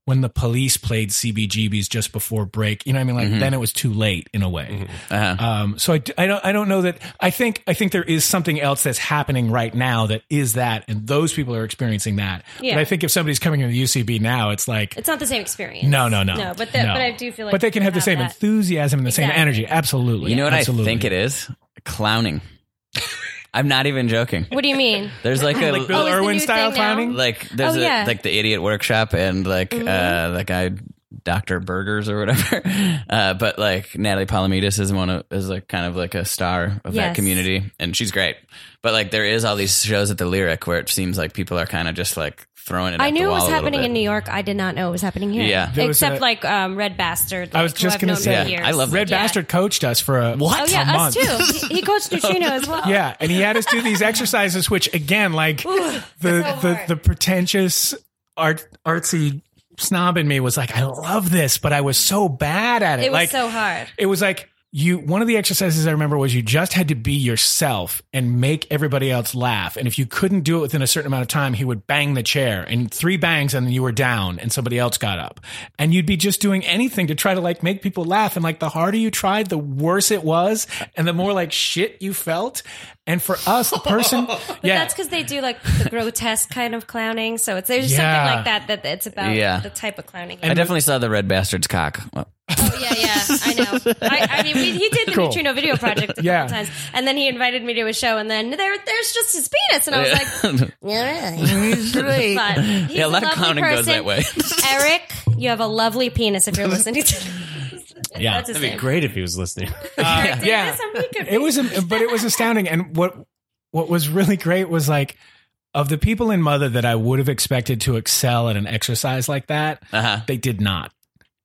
when the police played CBGB's just before break. You know what I mean? Like
Mm-hmm.
then it was too late in a way.
Uh-huh.
Um, so I, d- I don't I don't know that I think I think there is something else that's happening right now that is that and those people are experiencing that.
Yeah.
But I think if somebody's coming into the UCB now, it's like
It's not the same experience.
no, no, no,
no. But the,
no.
but I do feel like
but they can have the same
that.
enthusiasm and the same
Exactly.
energy. Absolutely.
You know what
Absolutely.
I think it is? Clowning. I'm not even joking.
What do
[LAUGHS]
you mean?
There's like a
[LAUGHS] Like
like,
Bill
Oh, is the
Irwin
new
style
thing now?
clowning.
there's
Oh,
a
yeah. Mm-hmm.
like the idiot workshop and like uh that guy Dr. Burgers or whatever. [LAUGHS] Uh but like Natalie Palamides is one of is like kind of like a star of that
Yes.
community and she's great. But like there is all these shows at the lyric where it seems like people are kind of just like throwing it
I
at
knew
the
it
wall
was
a little
happening
bit.
in New York. I did not know it was happening here.
Yeah.
There was
except
a-
like um, Red Bastard.
I was
like, who
just
I've
gonna
known for
say-
years.
I love
Red
Yeah.
Bastard coached us for a what?
Oh
a
yeah,
month.
us too. He, he coached Neutrino as
[LAUGHS]
well.
Yeah, and he had us do these exercises, which again, like the the,
hard.
the pretentious art artsy snob in me was like, I love this, but I was so bad at it.
it was
like
so hard.
it was like you one of the exercises I remember was you just had to be yourself and make everybody else laugh. And if you couldn't do it within a certain amount of time, he would bang the chair and three bangs and then you were down and somebody else got up. And you'd be just doing anything to try to like make people laugh. And like the harder you tried, the worse it was and the more like shit you felt. And for us, the person Yeah.
That's because they do like the grotesque kind of clowning. So it's there's
Yeah.
something like that that it's about
Yeah.
the type of clowning.
I definitely saw the Red Bastard's cock. Well,
Oh, Yeah, yeah, I know. [LAUGHS] I, I mean, we, he did the
Cool.
Neutrino video project a
Yeah.
couple times, and then he invited me to a show, and then there, there's just his penis, and I was like, yeah, really. [LAUGHS] But he's
yeah, a lot of
lovely
clowning goes
person.
that way. [LAUGHS]
Eric, you have a lovely penis if you're listening.
[LAUGHS]
to
Yeah.
That's his name.
Great if he was listening.
Eric, do
yeah.
this, and we could
it was but it was astounding and what what was really great was like of the people in mother that i would have expected to excel at an exercise like that
Uh-huh.
they did not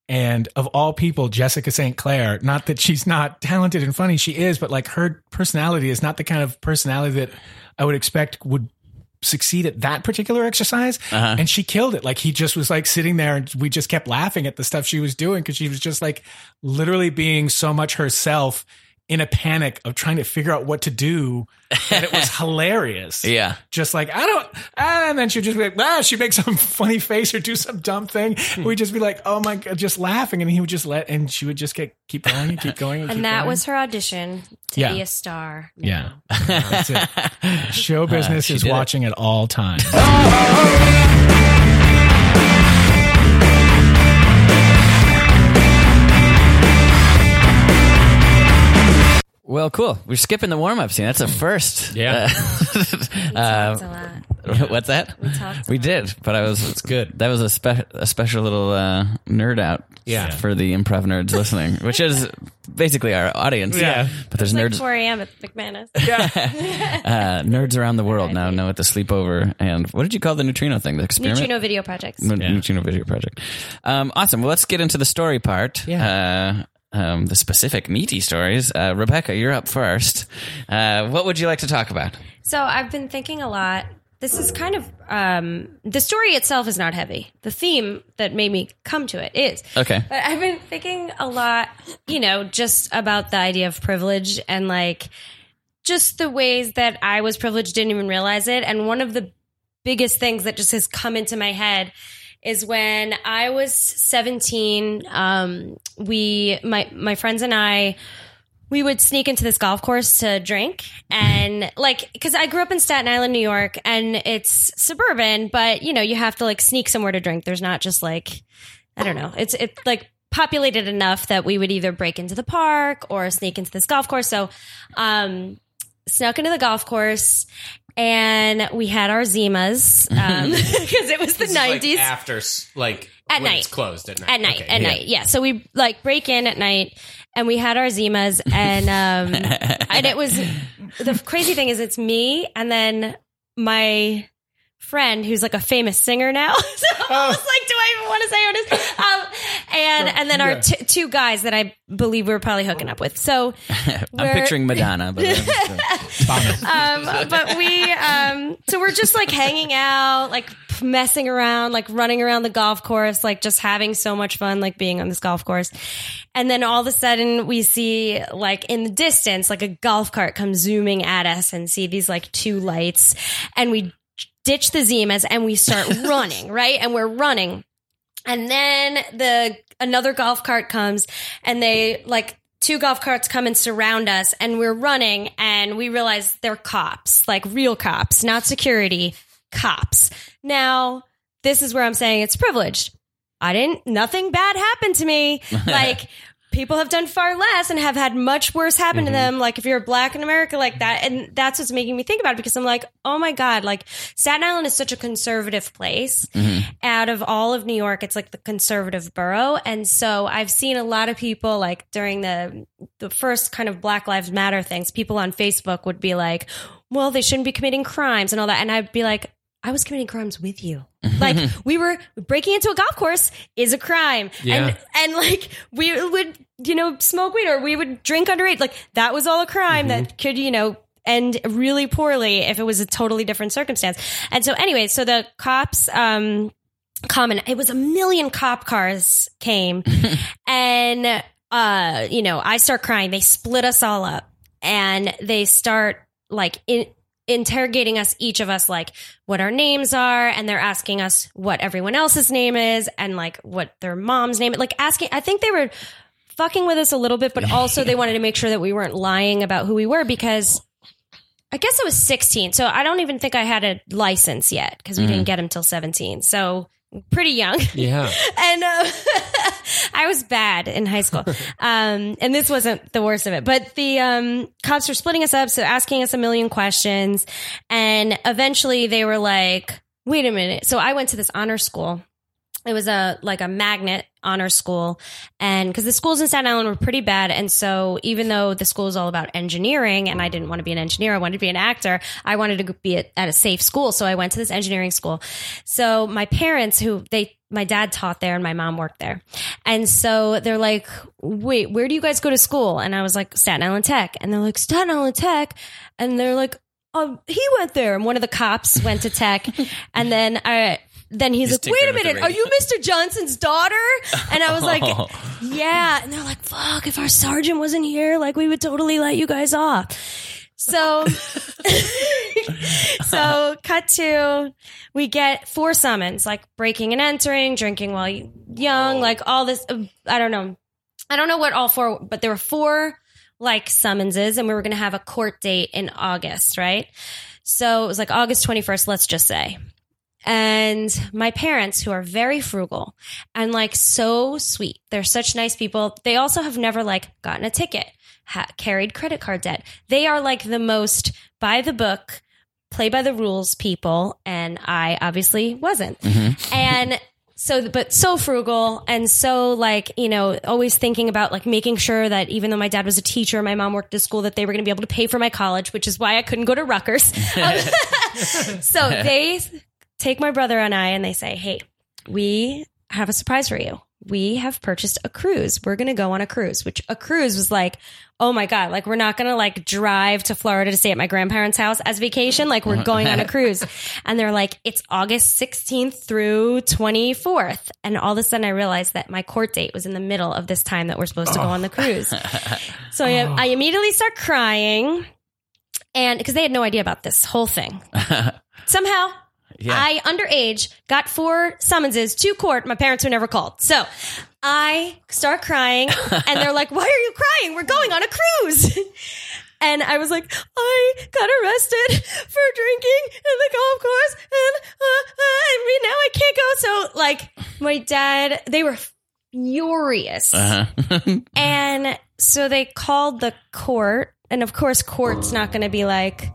and of all people jessica st clair not that she's not talented and funny she is but like her personality is not the kind of personality that i would expect would succeed at that particular exercise.
Uh-huh.
And she killed it. Like he just was like sitting there and we just kept laughing at the stuff she was doing because she was just like literally being so much herself in a panic of trying to figure out what to do. And it
[LAUGHS]
was hilarious.
Yeah.
Just like, I don't, ah, and then she'd just be like, ah, she'd make some [LAUGHS] funny face or do some dumb thing.
Hmm.
We'd just be like, oh my God, just laughing. And he would just let, and she would just get, keep going and keep going. And, keep
And that
going.
was her audition to
Yeah.
be a star.
Yeah. That's it.
[LAUGHS]
Show business
Uh, she
is
did it.
watching at all times.
[LAUGHS] Well, cool. We're skipping the warm up scene. That's a first.
Yeah.
Uh, [LAUGHS]
That's a lot.
what's that? We
talked a lot.
did, but I was. It's
good.
That was a, spe- a special little uh, nerd out.
Yeah.
For the improv nerds listening, which is basically our audience.
Yeah.
But there's
Like
nerds.
4 a.m. at McManus.
uh, nerds around the world now know what the sleepover and what did you call the neutrino thing? The experiment.
Neutrino Video Projects.
Nu- Neutrino Video Project. Um, awesome. Well, let's get into the story part. Yeah. Uh, um, the specific meaty stories. Uh, Rebecca, you're up first. Uh, what would you like to talk about?
So I've been thinking a lot. This is kind of um, the story itself is not heavy. The theme that made me come to it is.
Okay.
But I've been thinking a lot, you know, just about the idea of privilege and like just the ways that I was privileged, didn't even realize it. And one of the biggest things that just has come into my head is when I was 17, um, we, my, my friends and I, we would sneak into this golf course to drink and like because i grew up in staten island new york and it's suburban but you know you have to like sneak somewhere to drink there's not just like i don't know it's it's like populated enough that we would either break into the park or sneak into this golf course so um snuck into the golf course and we had our zimas [LAUGHS] because it was the 90s
after s- like
At
when
night.
it's closed at night.
at night
Okay,
at
yeah.
night yeah so we like break in at night and we had our zimas
[LAUGHS]
and um and it was the crazy thing is it's me and then my friend who's like a famous singer now [LAUGHS] so
Oh.
i was like do i even want to say who it is um and and then our t- two guys that i believe we were probably hooking up with so
I'm
we're-
picturing Madonna,
[LAUGHS]
but
um, but we um, so we're just like hanging out, like messing around, like running around the golf course, like just having so much fun, like being on this golf course. And then all of a sudden, we see like in the distance, like a golf cart come zooming at us, and see these like two lights, and we ditch the Zimas and we start running, right? And we're running. And then the another golf cart comes and they like two golf carts come and surround us and we're running and we realize they're cops, like real cops, not security, cops. Now, this is where I'm saying it's privileged. I didn't nothing bad happened to me. Like people have done far less and have had much worse happen to them like if you're black in america like that and that's what's making me think about it because i'm like oh my god like staten island is such a conservative place out of all of new york it's like the conservative borough and so i've seen a lot of people like during the the first kind of black lives matter things people on facebook would be like well they shouldn't be committing crimes and all that and i'd be like I was committing crimes with you. Like we were breaking into a golf course is a crime.
Yeah.
And and like we would, you know, smoke weed or we would drink underage. Like that was all a crime that could, you know, end really poorly if it was a totally different circumstance. And so anyway, so the cops um come and it was a million cop cars came and uh, you know, I start crying. They split us all up and they start like in interrogating us each of us like what our names are and they're asking us what everyone else's name is and like what their mom's name like asking I think they were fucking with us a little bit but also they wanted to make sure that we weren't lying about who we were because I guess I was 16 so I don't even think I had a license yet because we didn't get them till 17 so pretty young
Yeah.
and uh, [LAUGHS] I was bad in high school. Um, and this wasn't the worst of it, but the um, cops were splitting us up, so asking us a million questions, and eventually they were like, "Wait a minute!" So I went to this honor school. It was a like a magnet honor school, and because the schools in Staten Island were pretty bad, and so even though the school is all about engineering, and I didn't want to be an engineer, I wanted to be an actor. I wanted to be at, at a safe school, so I went to this engineering school. So my parents, who they my dad taught there and my mom worked there. And so they're like, wait, where do you guys go to school? And I was like, Staten Island Tech. And they're like, Staten Island Tech. And they're like, oh, he went there, and one of the cops went to tech, and then I. Then he's,
He's
like, wait a
tinkering with the
minute, are you Mr. Johnson's daughter? And I was like,
Oh.
yeah. And they're like, fuck, if our sergeant wasn't here, like, we would totally let you guys off. So, [LAUGHS] so cut to, we get four summons, like breaking and entering, drinking while you- young, like all this. I don't know. I don't know what all four, but there were four like summonses, and we were going to have a court date in August, right? So it was like August 21st, let's just say. And my parents, who are very frugal and like so sweet, they're such nice people. They also have never like gotten a ticket, ha- carried credit card debt. They are like the most by the book, play by the rules people. And I obviously wasn't. And so, but so frugal and so like, you know, always thinking about like making sure that even though my dad was a teacher, my mom worked at a school, that they were going to be able to pay for my college, which is why I couldn't go to Rutgers. [LAUGHS] so they take my brother and I and they say, Hey, we have a surprise for you. We have purchased a cruise. We're going to go on a cruise, which a cruise was like, oh my God, like we're not going to like drive to Florida to stay at my grandparents' house as vacation. Like we're going on a cruise. And they're like, it's August 16th through 24th. And all of a sudden I realized that my court date was in the middle of this time that we're supposed to go on the cruise. So I, I immediately start crying. And because they had no idea about this whole thing. Somehow,
Yeah.
I, underage, got four summonses to court. My parents were never called. So I start crying, and they're like, Why are you crying? We're going on a cruise. [LAUGHS] And I was like, I got arrested for drinking in the golf course, and, uh, uh, and we- now I can't go. So, like, my dad, they were furious. And so they called the court, and of course, court's not going to be like,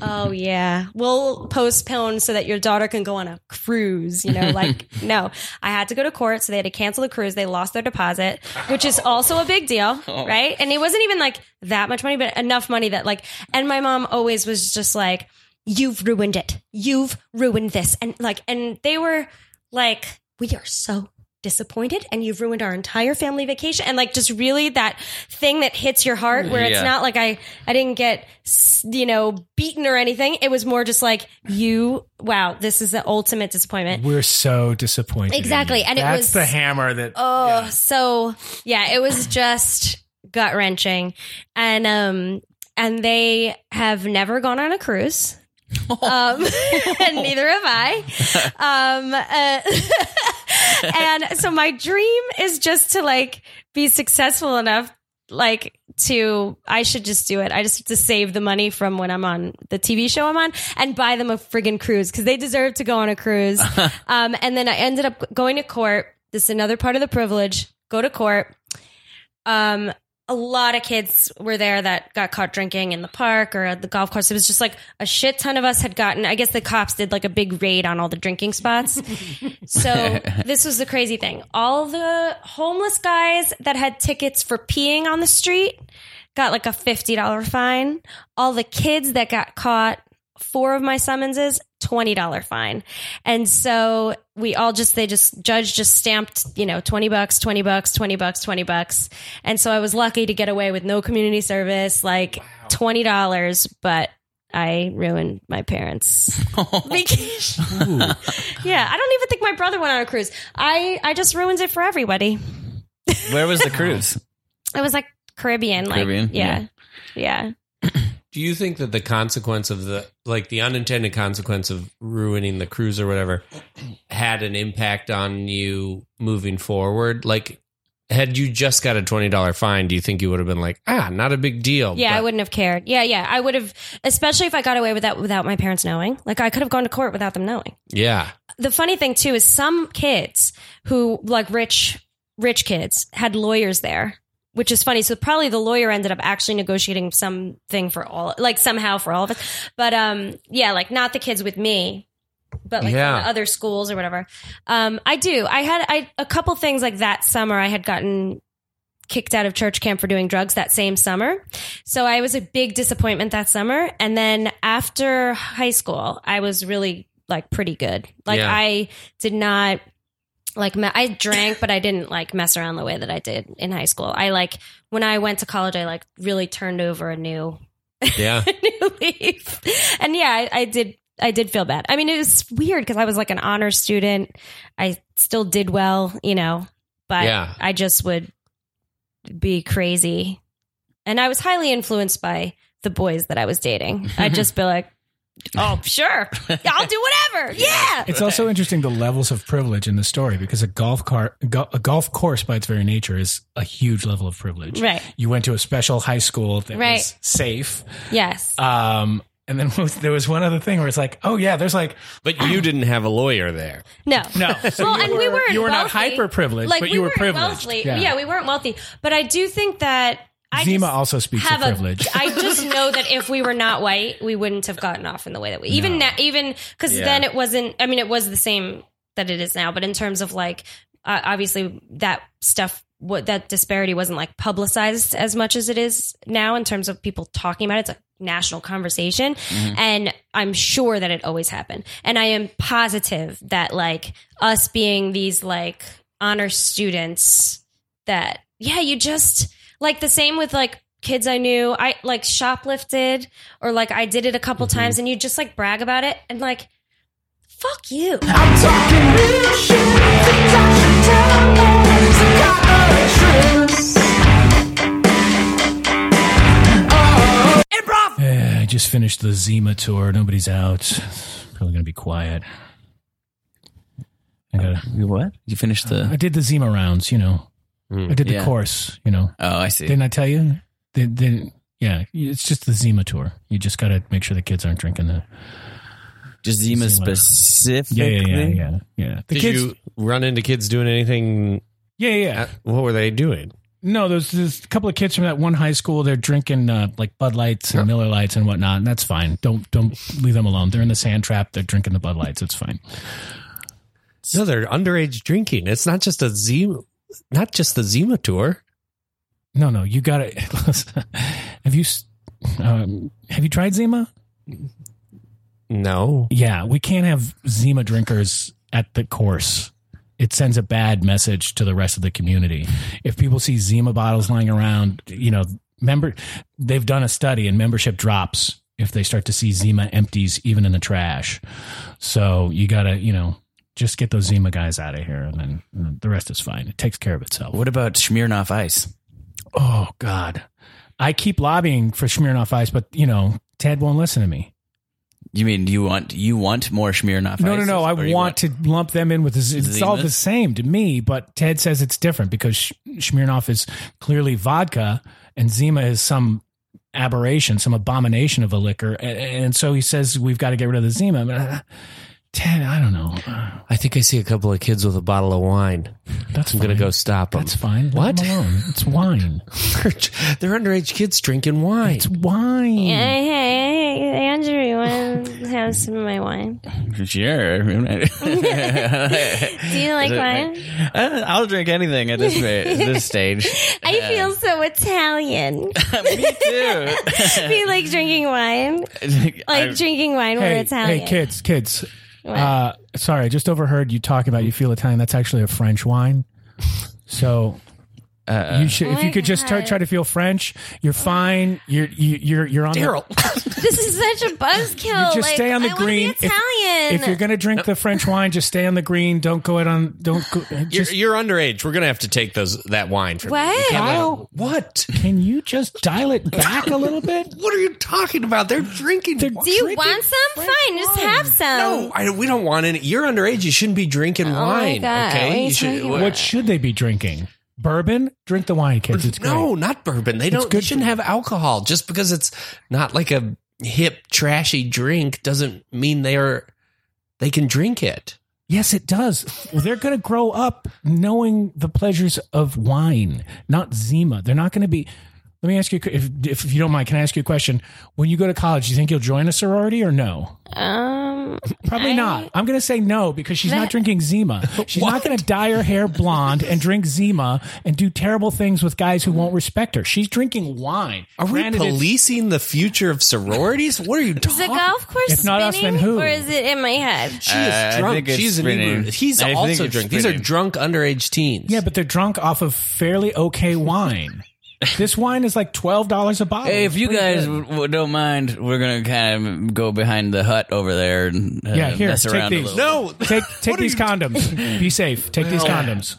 "Oh yeah, we'll postpone so that your daughter can go on a cruise." You know, like no, I had to go to court, so they had to cancel the cruise. They lost their deposit, which is also a big deal, right? And it wasn't even like that much money, but enough money that like. And my mom always was just like, "You've ruined it. You've ruined this," and like, and they were like, "We are so." disappointed and you've ruined our entire family vacation and like just really that thing that hits your heart where it's
Yeah.
not like I I didn't get s- you know beaten or anything it was more just like you wow this is the ultimate disappointment
We're so disappointed. in
Exactly,
you.
and it
That's
was-
the hammer that.
Oh, so yeah, it was just gut wrenching, and um, and they have never gone on a cruise, um, [LAUGHS] and neither have I, um, uh, [LAUGHS] and so my dream is just to like be successful enough, like to I should just do it. I just have to save the money from when I'm on the TV show I'm on and buy them a friggin' cruise because they deserve to go on a cruise. um, and then I ended up going to court. This is another part of the privilege. Go to court. Um, a lot of kids were there that got caught drinking in the park or at the golf course. It was just like a shit ton of us had gotten. I guess the cops did like a big raid on all the drinking spots. So this was the crazy thing. All the homeless guys that had tickets for peeing on the street got like a $50 fine. All the kids that got caught, four of my summonses, $20 fine. And so we all just, they just, judge just stamped, you know, 20 bucks, 20 bucks, 20 bucks, 20 bucks. And so I was lucky to get away with no community service, like $20, but I ruined
[LAUGHS]
my parents' vacation. [LAUGHS] Yeah, I don't even think my brother went on a cruise. I I just ruined it for everybody.
Where
[LAUGHS]
was the cruise?
It was like Caribbean, like
Caribbean,
yeah, yeah.
Do you think that the consequence of the like the unintended consequence of ruining the cruise or whatever had an impact on you moving forward? Like had you just got a twenty dollar fine, do you think you would have been like, ah, not a big deal?
Yeah, I
but-
wouldn't have cared. Yeah, yeah. I would have, especially if I got away with that without my parents knowing. Like, I could have gone to court without them knowing.
Yeah.
The funny thing, too, is some kids who, like rich, rich kids, had lawyers there, which is funny. So, probably the lawyer ended up actually negotiating something for all, like, somehow for all of us. But, um, yeah, like, not the kids with me, but like
Yeah.
from the other schools or whatever. Um, I do. I had I, a couple things like that summer. I had gotten kicked out of church camp for doing drugs that same summer. So I was a big disappointment that summer. And then after high school, I was really like pretty good. Like
Yeah.
I did not like me- I drank, but I didn't like mess around the way that I did in high school. I like when I went to college, I like really turned over a new [LAUGHS]
Yeah.
new leaf. And yeah, I, I did. I did feel bad. I mean, it was weird because I was like an honor student. I still did well, you know, but
Yeah.
I just would be crazy. And I was highly influenced by the boys that I was dating. I'd just be
[LAUGHS]
like, "Oh, sure, Yeah, I'll do whatever." Yeah,
It's also interesting the levels of privilege in the story because a golf car, go, a golf course by its very nature is a huge level of privilege.
Right.
You went to a special high school that was
Right.
safe.
yes.
Um, and then [LAUGHS] there was one other thing where it's like, oh yeah, there's like
But you didn't have a lawyer there.
No.
No. So
well,
you
and we
were-
weren't.
you were not
wealthy.
hyper-privileged,
Like,
but
we
you were
weren't
privileged.
Wealthy.
Yeah.
Yeah. we weren't wealthy, but I do think that I
Zima
just
also speaks of
have
privilege.
A, [LAUGHS] I just know that if we were not white, we wouldn't have gotten off in the way that we even na- even because then it wasn't. I mean, it was the same that it is now, but in terms of like uh, obviously that stuff. What that disparity wasn't like publicized as much as it is now in terms of people talking about it. It's a national conversation.
Mm-hmm.
And I'm sure that it always happened. And I am positive that like us being these like honor students that yeah, you just like the same with like kids I knew. I like shoplifted or like I did it a couple
Mm-hmm.
times and you just like brag about it and like fuck you.
Um,
Improv!
Eh, I just finished the Zima tour. Nobody's out. It's Probably gonna be quiet. I got. to
You what? You finished
I
the.
did the Zima rounds. You know,
Hmm.
I did the
Yeah.
course. You know,
Oh, I see.
didn't I tell you? Then, then yeah, it's just the Zima tour. You just gotta make sure the kids aren't drinking the.
Just Zima
Zima.
specifically.
Yeah, yeah, yeah, yeah, yeah. The
Did
kids.
you run into kids doing anything?
yeah, yeah.
uh, What were they doing?
No, there's, there's a couple of kids from that one high school. They're drinking uh, like Bud Lights and Miller Lights and whatnot, and that's fine. Don't don't leave them alone. They're in the sand trap. They're drinking the Bud Lights. It's fine.
No, they're underage drinking. It's not just a Zima, not just the Zima tour.
No, no, you [LAUGHS] got it. have you s- um, have you tried Zima?
No,
Yeah, we can't have Zima drinkers at the course. It sends a bad message to the rest of the community. If people see Zima bottles lying around, you know, member they've done a study and membership drops if they start to see Zima empties even in the trash. So you gotta, you know, just get those Zima guys out of here, and then uh, the rest is fine. It takes care of itself.
What about Smirnoff Ice?
Oh God, I keep lobbying for Smirnoff Ice, but you know, Ted won't listen to me.
You mean you want you want more Smirnoff?
No, no,
Ices,
no. I
or
want,
you
to lump them in with this. It's all the
Zimas?
same to me, but Ted says it's different because Sh- Smirnoff is clearly vodka and Zima is some aberration, some abomination of a liquor. A- And, so he says we've got to get rid of the Zima. But, uh, Ted, I don't know. Uh,
I think I see a couple of kids with a bottle of wine.
That's
I'm gonna
fine.
go stop them.
That's fine. Leave
What?
them alone. It's wine.
they're underage kids drinking wine.
It's wine.
Hey, hey, hey, Andrew, you
[LAUGHS]
want to have some of my wine?
Sure.
Do you like wine?
Uh, I'll drink anything at this rate, at this stage.
I
uh,
feel
[LAUGHS]
so Italian.
[LAUGHS] Me too. [LAUGHS]
we like drinking wine, like drinking wine. we're
Hey,
Italian.
hey, kids, kids. Uh, sorry, I just overheard you talk about you feel Italian. That's actually a French wine. So
Uh-uh.
you should, if
Oh
you
my
could just try,
God.
try to feel French, you're fine. You're you, you're you're on. the-
[LAUGHS]
This is such a buzzkill.
just
like,
stay on the
I wanna
green. If-
Be Italian.
if you're gonna drink the French wine, just stay on the green. Don't go it on. Don't go. uh,
You're,
Just,
you're underage. We're gonna have to take those that wine from. you.
what?
Kyle,
What?
can you just dial it back a little bit?
What are you talking about? They're drinking.
They're-
Do you
drinking
want some?
French
Fine, just
wine.
have some.
no, I, we don't want any. You're underage. You shouldn't be drinking
Oh my
wine.
God,
Okay,
what are you
should.
talking
What should they be drinking? Bourbon. Drink the wine, kids. It's great.
no, not bourbon. They don't.
good
They shouldn't have alcohol. Just because it's not like a hip, trashy drink doesn't mean they are. They can drink it.
Yes, it does. Well, they're going to grow up knowing the pleasures of wine, not Zima. They're not going to be. Let me ask you, if, if you don't mind, can I ask you a question? When you go to college, do you think you'll join a sorority or no?
Um,
Probably not. I'm going to say no because she's not drinking Zima. She's not going to dye her hair blonde and drink Zima and do terrible things with guys who won't respect her. She's drinking wine.
Are we
Granted, it's-
policing the future of sororities? What are you
is
talking?
the golf course
If not us,
spinning,
then who?
or is it in my head?
She
Uh, I
is
think
drunk.
it's
She's an
spinning.
inebriated. He's
I think
also
it's
drunk. These are
spinning.
drunk underage teens.
Yeah, but they're drunk off of fairly okay wine. This wine is like twelve dollars a bottle.
Hey, if
It's
you
pretty
guys
good.
w- w- don't mind, we're gonna kind of go behind the hut over there and uh,
Yeah, here,
mess
take
around a
these.
little.
No,
[LAUGHS]
take take these condoms. Be safe. Take these condoms.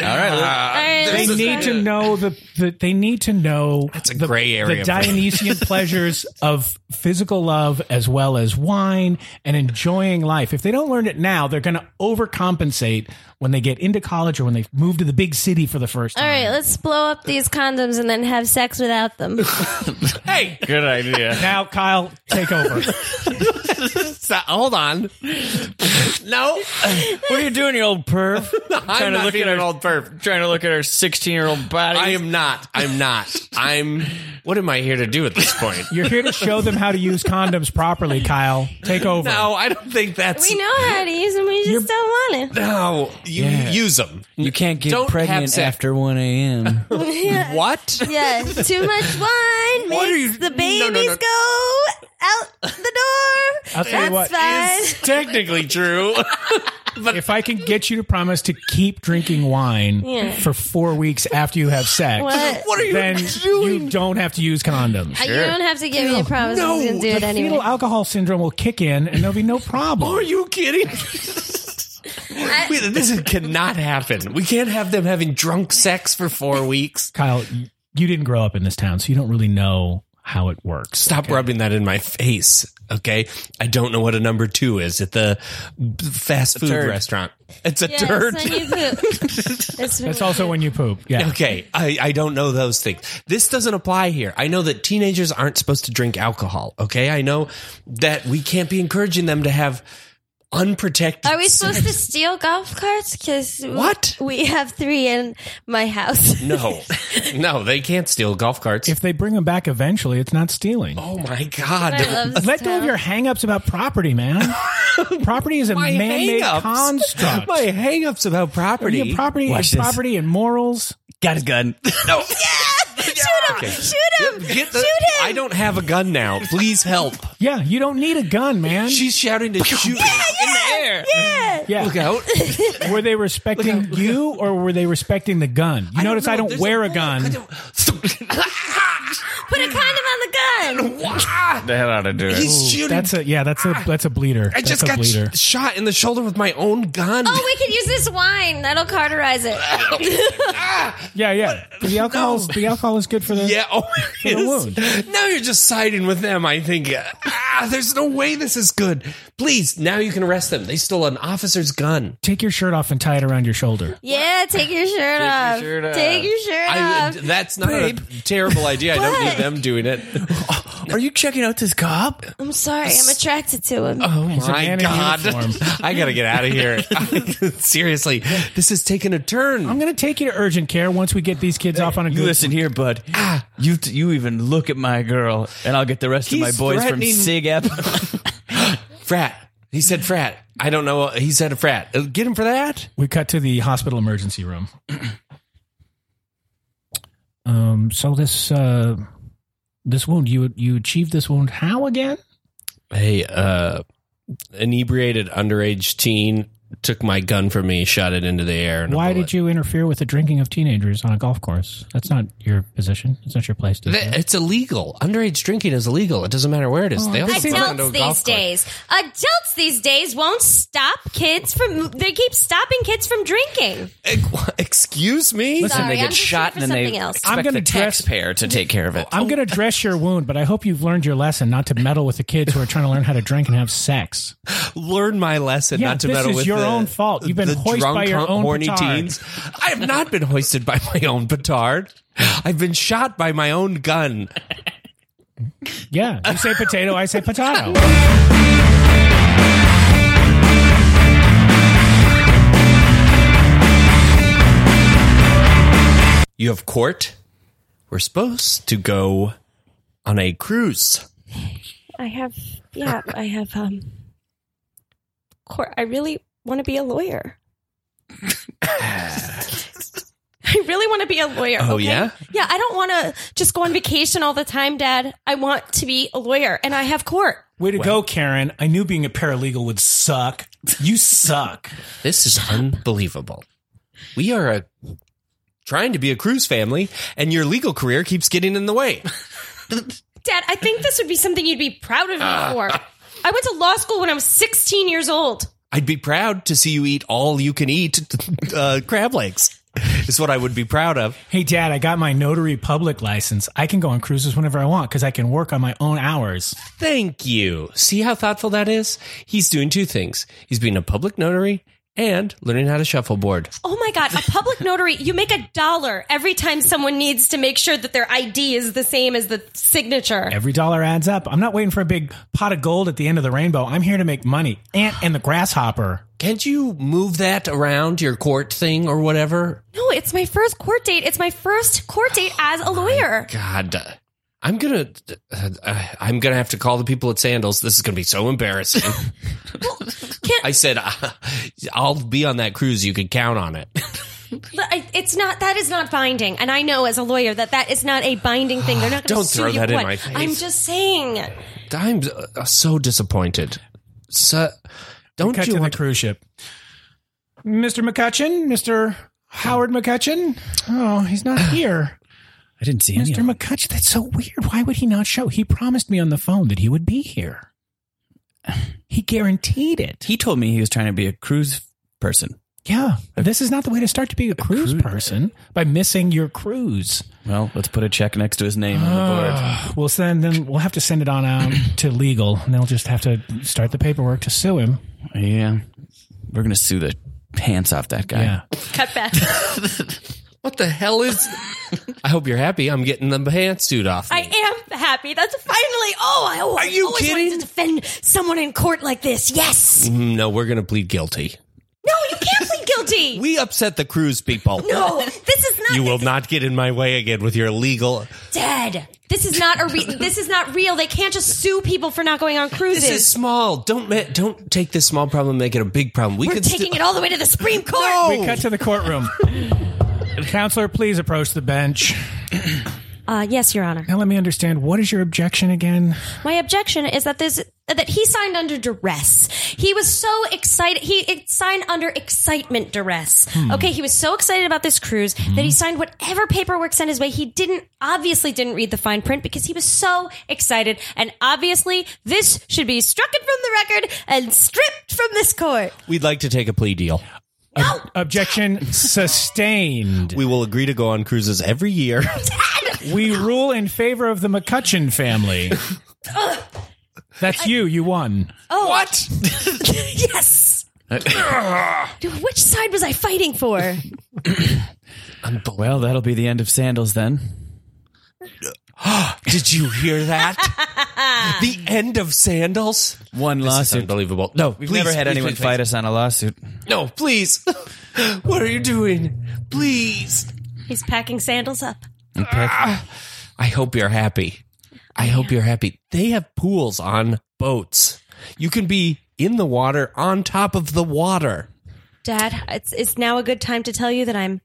All
Uh,
right,
This
They
is-
need to know the, the they need to know
That's a
the,
gray area
the
for me.
Dionysian pleasures of physical love as well as wine and enjoying life. If they don't learn it now, they're going to overcompensate when they get into college or when they move to the big city for the first
All
time.
right, let's blow up these condoms and then have sex
[LAUGHS]
without them.
good idea.
Now, Kyle, take over.
[LAUGHS]
So- hold on.
[LAUGHS]
no,
what are you doing, you old perv?
I'm not being an old perv.
[LAUGHS] Trying to look at her sixteen-year-old body.
I am not. I'm not. I'm. What am I here to do at this point?
You're here to show them how to use condoms properly, Kyle. Take over.
no, I don't think that's.
we know how to use them, we just don't want to.
No, you use them.
You can't get
Don't have
pregnant
sex.
after one a.m.
[LAUGHS] Yeah.
What?
Yeah, too much wine
What are
makes
you-
the
no, no,
babies
no.
go out the door.
I'll tell you
That's
what,
fine.
Technically true.
if I can get you to promise to keep drinking wine
Yeah.
for four weeks after you have sex,
What?
[LAUGHS] what are you
then
doing?
you don't have to use condoms.
Uh, You don't have to give me a promise.
No,
I'm gonna do it
the
anyway.
fetal alcohol syndrome will kick in and there'll be no problem.
Are you kidding? Wait, this is, cannot happen. We can't have them having drunk sex for four weeks.
Kyle, y- you didn't grow up in this town, so you don't really know how it works.
Stop rubbing that in my face. Okay, I don't know what a number two is at the fast food
turd.
restaurant. It's a
yeah,
turd.
It's when you poop. It's when
That's
you-
also when you poop. Yeah.
Okay, I, I don't know those things. This doesn't apply here. I know that teenagers aren't supposed to drink alcohol. Okay, I know that we can't be encouraging them to have unprotected.
Are we supposed to steal golf carts? Because
What?
we have three in my
[LAUGHS]
house.
no, no, they can't steal golf carts.
If they bring them back eventually, it's not stealing.
oh my
[LAUGHS] I
god,
love this
Let go
town.
of your hang-ups about property, man.
[LAUGHS]
property is a
my
man-made
hang-ups.
construct.
My hangups about property.
Your property
Watch
is
this.
property and morals.
Got his [LAUGHS] gun.
No,
Shoot him! Shoot him!
Get the-
Shoot him!
I don't have a gun now. Please help.
Yeah, you don't need a gun, man.
She's shouting to shoot
yeah, yeah.
[LAUGHS]
yeah.
Look out.
Were they respecting you or were they respecting the gun? You notice I don't
There's
wear a,
bullet. I
gun.
don't-
Put a condom on the gun.
They had ought to do
[LAUGHS]
it.
He's shooting. Ah,
That's a yeah. That's a that's a bleeder.
I
That's
just
a
got sh-
bleeder.
shot in the shoulder with my own gun.
Oh, we could use this wine. That'll carterize it.
[LAUGHS]
yeah, yeah. The alcohol
No.
the alcohol is good for the
Ah, yeah, oh, it
a
is.
wound.
Now you're just siding with them. I think ah, there's no way this is good. Please, now you can arrest them. They stole an officer's gun.
Take your shirt off and tie it around your shoulder.
Yeah, take your shirt off.
shirt off.
Take your shirt
I,
off.
that's not a terrible idea. I don't
What?
need them doing
[LAUGHS]
it.
Are you checking out this cop?
I'm sorry. I'm attracted to him.
Oh my
man in
god!
uniform.
[LAUGHS] I gotta get out of here.
[LAUGHS]
Seriously, this is taking a turn.
I'm gonna take you to urgent care once we get these kids off on a
You
good.
listen here, bud. You you even look at my girl, and I'll get the rest
He's
of my boys from
threatening-
Sig App.
frat. He said frat. I don't know. He said a frat. Uh, Get him for that.
We cut to the hospital emergency room. [CLEARS THROAT] um. So this uh, this wound you you achieved this wound how again?
Hey, uh, inebriated underage teen took my gun from me, shot it into the air. and a
Why
bullet.
did you interfere with the drinking of teenagers on a golf course? That's not your position. It's not your place to. do
Th- It's illegal. Underage drinking is illegal. It doesn't matter where it is.
Oh,
they also put it onto a
Adults
golf
these
cart.
days. Adults these days won't stop kids from. They keep stopping kids from drinking.
[LAUGHS] Ex- Excuse me.
Listen,
they
Sorry,
get
I'm just
shot,
here
and
for
then they
something else.
expect
I'm gonna
the
dress-
taxpayer to take care of it.
I'm going to dress your wound, but I hope you've learned your lesson not to meddle with the kids who are trying to learn how to drink and have sex.
Learn my lesson.
Yeah,
not to
this
meddle
is
with the-
your own fault. You've been
the
hoisted
drunk,
by your
hor-
own
horny
petard.
teens. I have not been hoisted by my own petard. I've been shot by my own gun.
Yeah, you say potato, I say potato.
You have court. We're supposed to go on a cruise.
I have. Yeah, I have. Um. Court. I really want to be
[LAUGHS]
a lawyer. I really want to be a lawyer.
Oh,
okay?
yeah?
Yeah, I don't want to just go on vacation all the time, Dad. I want to be a lawyer, and I have court.
Way to go, Karen. I knew being a paralegal would suck. You suck.
This is unbelievable. We are a trying to be a cruise family and your legal career keeps getting in the way. [LAUGHS]
Dad, I think this would be something you'd be proud of me for.
Ah.
I went to law school when I was 16 years old.
I'd be proud to see you eat all you can eat [LAUGHS] uh, crab legs. Is what I would be proud of.
Hey, Dad, I got my notary public license. I can go on cruises whenever I want because I can work on my own hours.
Thank you. See how thoughtful that is? He's doing two things. He's being a public notary and learning how to shuffleboard.
Oh my God, a public notary, you make a dollar every time someone needs to make sure that their ID is the same as the signature.
Every dollar adds up. I'm not waiting for a big pot of gold at the end of the rainbow. I'm here to make money. Ant and the grasshopper.
Can't you move that around your court thing or whatever?
No, it's my first court date. It's my first court date as a lawyer.
God, uh, I'm gonna, uh, uh, I'm gonna have to call the people at Sandals. This is gonna be so embarrassing.
Can't,
I said, [LAUGHS] uh, I'll be on that cruise. You can count on it.
I- it's not, that is not binding. And I know as a lawyer that that is not a binding thing. They're not going
Don't
to sue
throw
you.
that in
What?
my face.
I'm just saying.
[LAUGHS] I'm uh, so disappointed. So, don't
Cut
you
to the
want?
cruise ship. Mr. McCutcheon? Mr. Howard McCutcheon? Oh, he's [CLEARS THROAT] not here.
Oh, I didn't see any.
Mr.
Of it.
McCutcheon, that's so weird. Why would he not show? He promised me on the phone that he would be here. He guaranteed it.
He told me he was trying to be a cruise person.
Yeah, this is not the way to start to be a cruise person by missing your cruise. Uh,
Well, let's put a check next to his name on the board.
we'll send then we'll have to send it on [CLEARS THROAT] out to legal, and they'll just have to start the paperwork to sue him.
Yeah, we're gonna sue the pants off that guy.
Yeah,
Cut back.
What the hell is? [LAUGHS] I hope you're happy. I'm getting the pantsuit off.
I am happy. That's finally. Oh, I always,
Are you
always
kidding?
wanted to defend someone in court like this. Yes.
Mm, no, we're gonna plead guilty.
No, you can't plead guilty.
We upset the cruise people.
no, this is not
You will not get in my way again with your legal.
dead. This is not a. Re- this is not real. They can't just sue people for not going on cruises.
This is small. Don't ma- don't take this small problem and make it a big problem. We
We're
could
taking it all the way to the Supreme Court.
we cut to the [LAUGHS] courtroom. Counselor, please approach the bench.
Uh, yes, Your Honor.
Now, let me understand. What is your objection again?
My objection is that this that he signed under duress. He was so excited. He it signed under excitement duress. Okay, he was so excited about this cruise that he signed whatever paperwork sent his way. He didn't obviously didn't read the fine print because he was so excited, and obviously this should be struck from the record and stripped from this court.
We'd like to take a plea deal.
No,
Objection sustained.
We will agree to go on cruises every
[LAUGHS]
year.
We rule in favor of the McCutcheon family. That's you. You won.
what?
yes. Dude, Which side was I fighting for?
Well, that'll be the end of sandals then.
Did you hear that?
[LAUGHS]
the end of sandals.
One lawsuit.
unbelievable. No,
We've never had anyone fight us on a lawsuit.
No, please. what are you doing? Please.
He's packing sandals up.
I hope you're happy. I hope you're happy. They have pools on boats. You can be in the water on top of the water.
Dad, it's, it's now a good time to tell you that I'm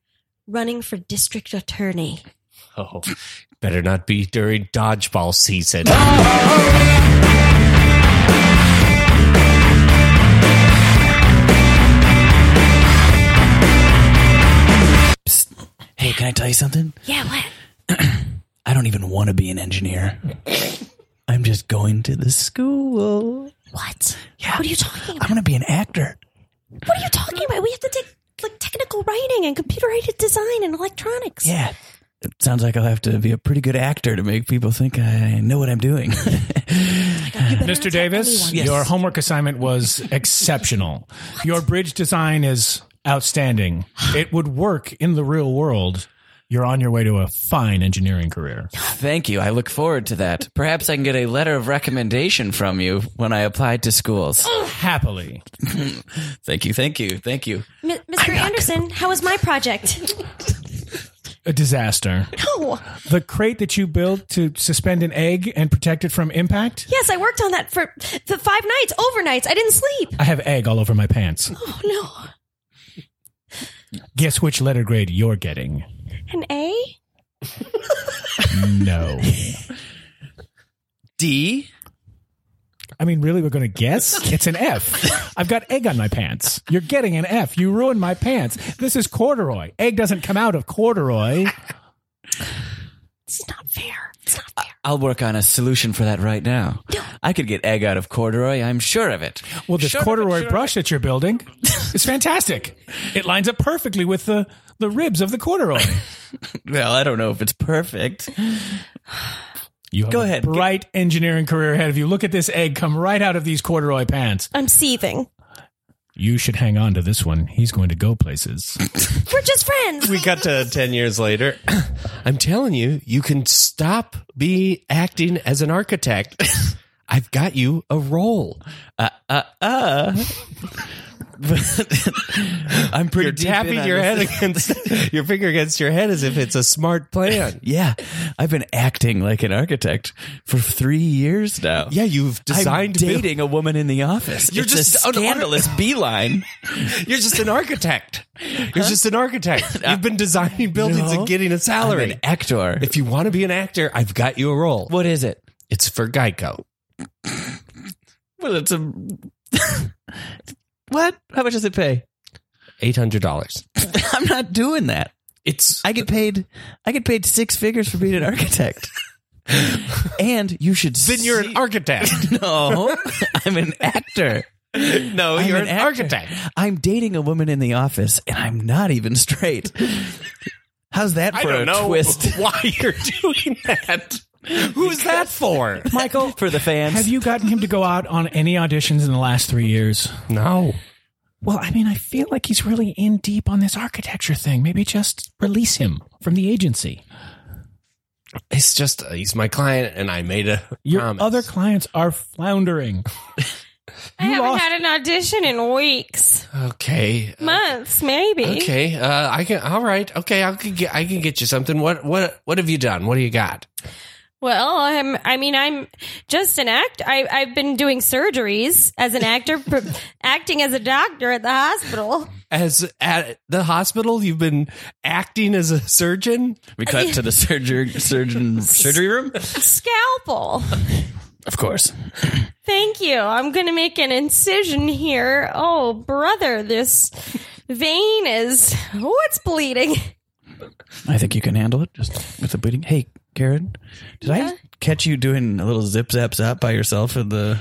running for district attorney.
Oh, better not be during dodgeball season.
Psst. Hey, can I tell you something?
Yeah, what?
I don't even want to be an engineer. I'm just going to the school.
What? What are you talking
I'm
about?
going to be an actor.
What are you talking about? We have to take like technical writing and computer aided design and electronics.
Yeah. It sounds like I'll have to be a pretty good actor to make people think I know what I'm doing.
Mr. Davis, your homework assignment was exceptional. Your bridge design is outstanding. It would work in the real world. You're on your way to a fine engineering career.
[LAUGHS] Thank you. I look forward to that. Perhaps I can get a letter of recommendation from you when I apply to schools.
Happily.
Thank you. Thank you. Thank you.
M- Mr. Anderson, how is my project?
A disaster.
no.
The crate that you built to suspend an egg and protect it from impact?
Yes, I worked on that for the five nights, overnights. I didn't sleep.
I have egg all over my pants.
Oh, no.
Guess which letter grade you're getting?
An A?
[LAUGHS] No.
D.
I mean, really, we're going to guess? It's an F. I've got egg on my pants. You're getting an F. You ruined my pants. This is corduroy. Egg doesn't come out of corduroy.
It's not fair. It's not fair.
I'll work on a solution for that right [GASPS] now. I could get egg out of corduroy. I'm sure of it.
Well, this
Sure of it,
corduroy
sure of
brush that you're building is fantastic. It lines up perfectly with the, the ribs of the corduroy.
it. Well, I don't know if it's perfect.
You have
Go
a
ahead.
bright engineering career ahead of you. Look at this egg come right out of these corduroy pants.
I'm seething.
You should hang on to this one. He's going to go places.
We're just friends.
we got to 10 years later. [CLEARS THROAT] I'm telling you, you can stop be acting as an architect. [CLEARS THROAT] I've got you a role. Uh, [LAUGHS]
But I'm pretty
You're
deep in
tapping
on
your
this.
head against [LAUGHS] your finger against your head as if it's a smart plan.
Yeah, I've been acting like an architect for three years now.
Yeah, you've
I'm
designed buil-
dating a woman in the office.
You're
It's
just
a
an ar-
scandalous [LAUGHS] beeline.
You're just an architect. You're just an
[LAUGHS]
architect. You've been designing buildings
No.
and getting a
I'm
salary.
an actor.
if you want to be an actor, I've got you a role.
what is it?
It's for Geico.
Well, it's a what? How much does it pay? [LAUGHS]
$800.
I'm not doing that.
It's
I get paid. I get paid six figures for being
[LAUGHS]
an architect. and you should.
then you're an architect. [LAUGHS]
no. [LAUGHS] I'm an actor.
no,
I'm
Oh, you're an
actor.
architect.
I'm dating a woman in the office, and I'm not even straight. How's that for a twist?
[LAUGHS] why you're doing that. Who's that for?
Michael, for the fans.
Have you gotten him to go out on any auditions in the last three years?
No.
Well, I mean, I feel like he's really in deep on this architecture thing. Maybe just release him from the agency.
It's just uh, he's my client and I made a
Your
promise.
other clients are floundering.
I haven't
lost-
had an audition in weeks,
Okay.
months, maybe.
Uh, Okay. Uh, I can all right. Okay, I can get I can get you something. What what what have you done? What do you got?
Well, I'm, I mean, I'm just an act. I, I've been doing surgeries as an actor, [LAUGHS] pr- acting as a doctor at the hospital.
As at the hospital you've been acting as a surgeon?
we cut to the surgery, [LAUGHS] surgeon surgery room?
Scalpel.
Of course.
Thank you. I'm going to make an incision here. Oh, brother, this vein is, oh, it's bleeding.
I think you can handle it just with the bleeding. Hey, Karen, did
Yeah?
I catch you doing a little zip zap zap by yourself in the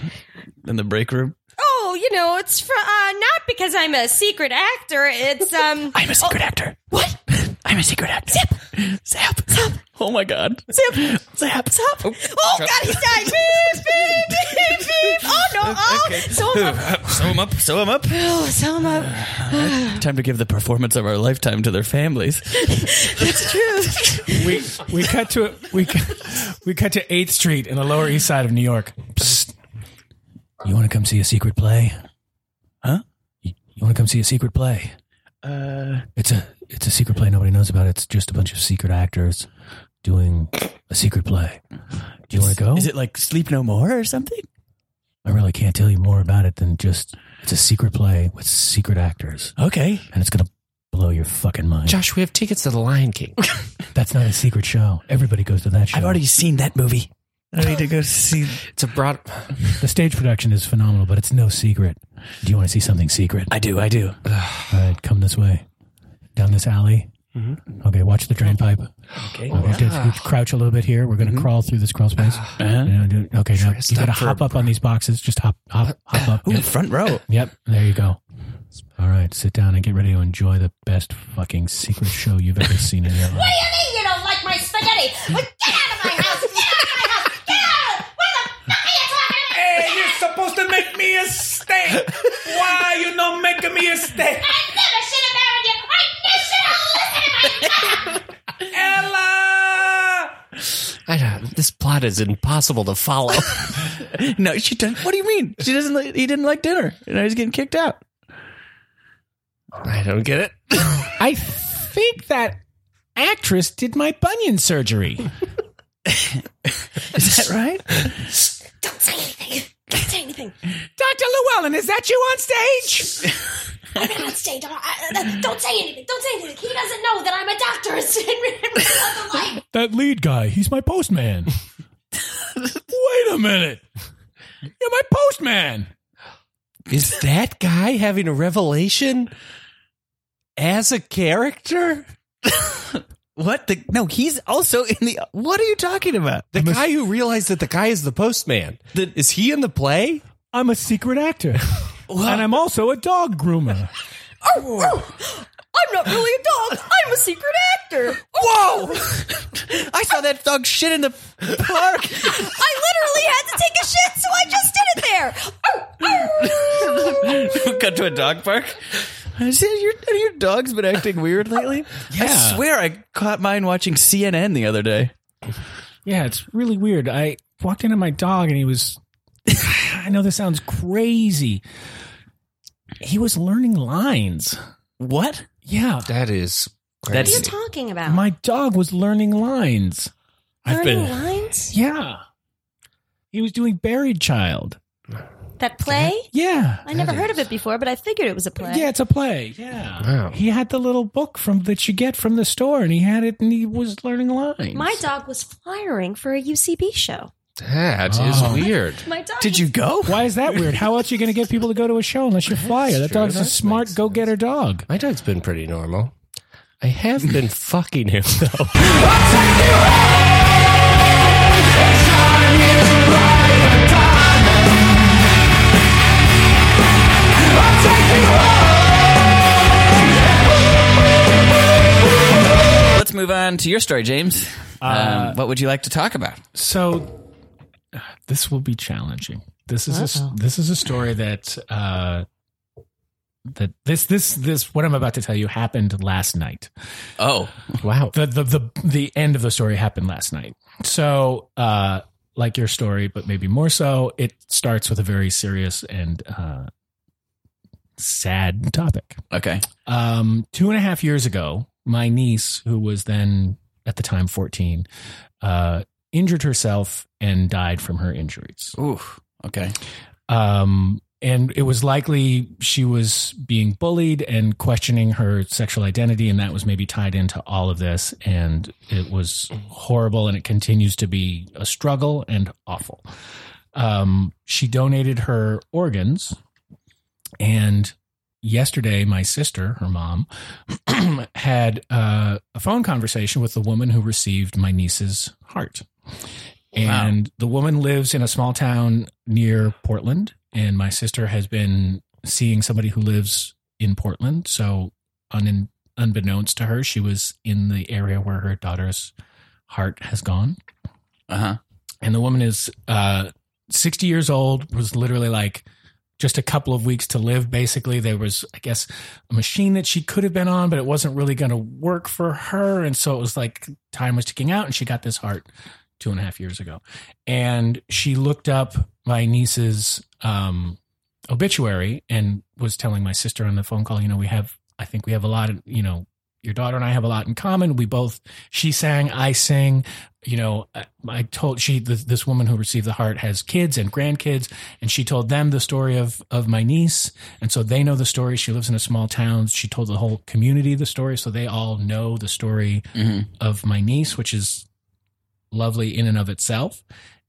in the break room?
Oh, you know, it's fr- uh, not because I'm a secret actor.
[LAUGHS]
It's, um,
I'm a secret actor. What? [LAUGHS] I'm a secret actor. Zip, zap, zap. Oh my god.
Zip.
zap, zap.
Oh God, he's dying! Beep, beep, beep, beep. Oh no! Oh, so I'm up.
Sew him up. Sew him up.
Oh, so I'm up.
Time to give the performance of our lifetime to their families.
It's true.
we we cut to we we cut to Eighth Street in the Lower East Side of New York. Psst. You want to come see a secret play? Huh? You, want to come see a secret play?
Uh,
It's a it's a secret play nobody knows about. It's just a bunch of secret actors doing a secret play. Do you want to go?
Is it like Sleep No More or something?
I really can't tell you more about it than just it's a secret play with secret actors,
Okay.
and it's gonna blow your fucking mind.
Josh, we have tickets to the Lion King.
That's not a secret show. Everybody goes to that show.
I've already seen that movie. I need to go see.
it's a broad
The stage production is phenomenal, but it's no secret. Do you want to see something secret?
[LAUGHS] I do. I do.
All right, come this way, down this alley. Okay, watch the drain pipe.
Okay.
We have to we crouch a little bit here. We're going to crawl through this crawl space. Yeah, do- Okay, now you got to hop up on these boxes. Just hop, hop, hop up.
Ooh,
Yep.
front row.
Yep, there you go. All right, sit down and get ready to enjoy the best fucking secret show you've ever seen in your life.
What do you mean you don't like my spaghetti? Well, get out of my house! Get out of my house! Get out! of- What the fuck are you talking about?
you're supposed to make me a steak. Why you not making me a steak?
I never should have married you. I never should have listened to my
Ella!
I don't, this plot is impossible to follow.
[LAUGHS] No, she doesn't. What do you mean? She doesn't. Like, he didn't like dinner, and now he's getting kicked out.
[LAUGHS] I don't get it.
I think that actress did my
[LAUGHS]
bunion surgery.
Is that right?
Don't say anything. Don't say anything.
Dr. Llewellyn, is that you on stage?
I'm not stay. Don't,
uh,
I, don't say anything. Don't say anything. He doesn't know that I'm a
[LAUGHS]
doctor in real other life.
[LAUGHS]
That lead guy, he's my postman. Wait a minute. You're my postman.
Is that guy having a revelation as a character?
What the? No, he's also in the. What are you talking about?
The guy who realized that the guy is the postman. is he in the play?
I'm a secret actor. and I'm also a
[LAUGHS]
dog groomer.
I'm not really a dog. I'm a secret actor.
Whoa! [LAUGHS] I saw that dog shit in the [LAUGHS] park.
I literally had to take a shit, so I just did it there.
Go to a dog park. I said, your, have your dog's been acting weird lately? I swear I caught mine watching CNN the other day.
Yeah, it's really weird. I walked in on my dog and he was [SIGHS] I know this sounds crazy. He was learning lines.
What?
Yeah.
That is
What are you
That's
talking about?
My dog was learning lines.
Learning lines?
Yeah. He was doing Buried Child.
That play?
Yeah.
I never heard of it before, but I figured it was a play.
Yeah, it's a play. Yeah.
Wow.
He had the little book from that you get from the store and he had it and he was learning lines.
My dog was flyering for a UCB show.
that is weird.
My dog.
Did you go?
Why is that weird? How else are you going to get people to go to a show unless you're a flyer? That
true.
dog's a
That
smart
makes
go getter dog.
My dog's been pretty normal. I have [LAUGHS] been fucking him though.
Let's move on to your story, James. um, what would you like to talk about?
So uh, this will be challenging. This is a, s- this is a story that uh, that this this this what I'm about to tell you happened last night.
Oh,
Wow.
The the the the end of the story happened last night. So uh, like your story, but maybe more so. It starts with a very serious and uh, sad topic.
okay.
um, two and a half years ago, my niece, who was then at the time 14, uh, injured herself and died from her injuries.
Ooh, okay.
Um, and it was likely she was being bullied and questioning her sexual identity, and that was maybe tied into all of this. And it was horrible, and it continues to be a struggle and awful. Um, she donated her organs, and yesterday, my sister, her mom, [CLEARS THROAT] had uh, a phone conversation with the woman who received my niece's heart. And the woman lives in a small town near Portland. And my sister has been seeing somebody who lives in Portland. So, un- unbeknownst to her, she was in the area where her daughter's heart has gone
Uh huh.
and the woman is uh 60 years old was literally like just a couple of weeks to live basically there was i guess a machine that she could have been on but it wasn't really going to work for her and so it was like time was ticking out and she got this heart two and a half years ago and she looked up my niece's um obituary and was telling my sister on the phone call you know we have i think we have a lot of you know your daughter and i have a lot in common we both she sang i sing you know, I- I told she th- this woman who received the heart has kids and grandkids, and she told them the story of of my niece, and so they know the story. She lives in a small town. She told the whole community the story, so they all know the story
Mm-hmm.
of my niece, which is lovely in and of itself.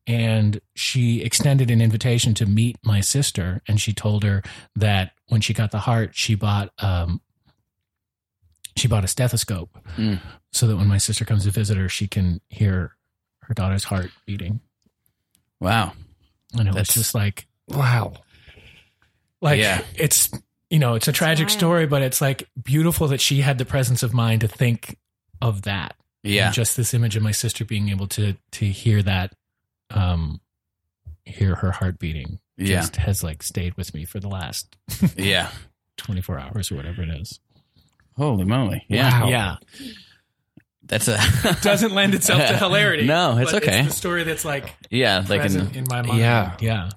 And she extended an invitation to meet my sister, and she told her that when she got the heart, she bought um, she bought a stethoscope
Mm.
so that when my sister comes to visit her, she can hear her daughter's heart beating.
Wow.
And it
That's-
was just like,
Wow.
like
Yeah.
it's you know, it's a tragic
wild.
story, but it's like beautiful that she had the presence of mind to think of that.
Yeah.
And just this image of my sister being able to to hear that, um, hear her heart beating.
Yeah.
Just has like stayed with me for the last
[LAUGHS] Yeah.
twenty four hours or whatever it is.
Holy moly. Yeah.
Yeah,
That's [LAUGHS] a.
[LAUGHS] doesn't lend
[LAUGHS]
itself to hilarity.
No, it's
but
okay. Mm.
the story that's like
yeah. Like an,
present in my mind.
yeah.
yeah.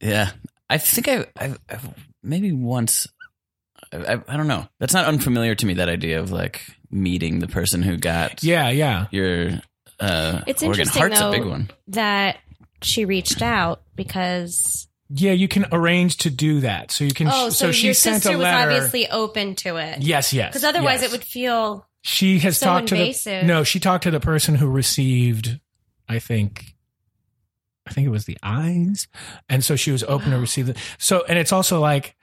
Yeah, I think I, I've, I've maybe once. I, I, I don't know. That's not unfamiliar to me. That idea of like meeting the person who got
Yeah, yeah.
your uh,
It's
organ.
interesting,
Heart's
though.
a big one.
that she reached out because
Yeah, you can arrange to do that. So you can
oh, so,
so, she
your
sent
sister
a
was
letter.
obviously open to it.
yes, yes.
Because otherwise
yes.
it would feel
She has
so
talked
invasive.
to the No, she talked to the person who received I think I think it was the eyes. And so she was open to receive the so and it's also like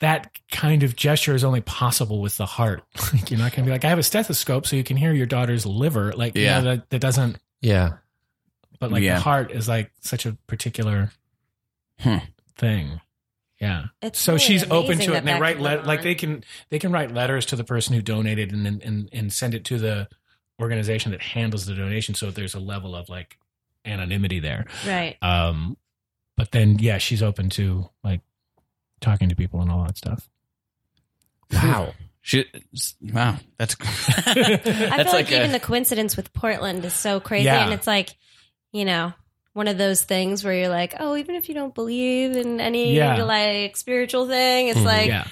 that kind of gesture is only possible with the heart. [LAUGHS] Like you're not gonna be like, I have a stethoscope so you can hear your daughter's liver. Like
Yeah.
yeah, that, that doesn't
Yeah.
but like
Yeah.
the heart is like such a particular
Hmm.
thing. Yeah.
It's
so
really
she's open
amazing
to it,
that
and they
that
write
can
let-
go
like
on.
they can they can write letters to the person who donated and and and, and send it to the organization that handles the donation. So there's a level of like anonymity there.
Right.
Um, but then yeah, she's open to like talking to people and all that stuff.
Wow.
She, wow, [LAUGHS] that's
I
that's
feel like,
like, a,
even the coincidence with Portland is so crazy,
Yeah.
and it's like, you know, one of those things where you're like, oh, even if you don't believe in any
Yeah. Mm-hmm.
like spiritual thing, it's
Mhm.
like,
yeah.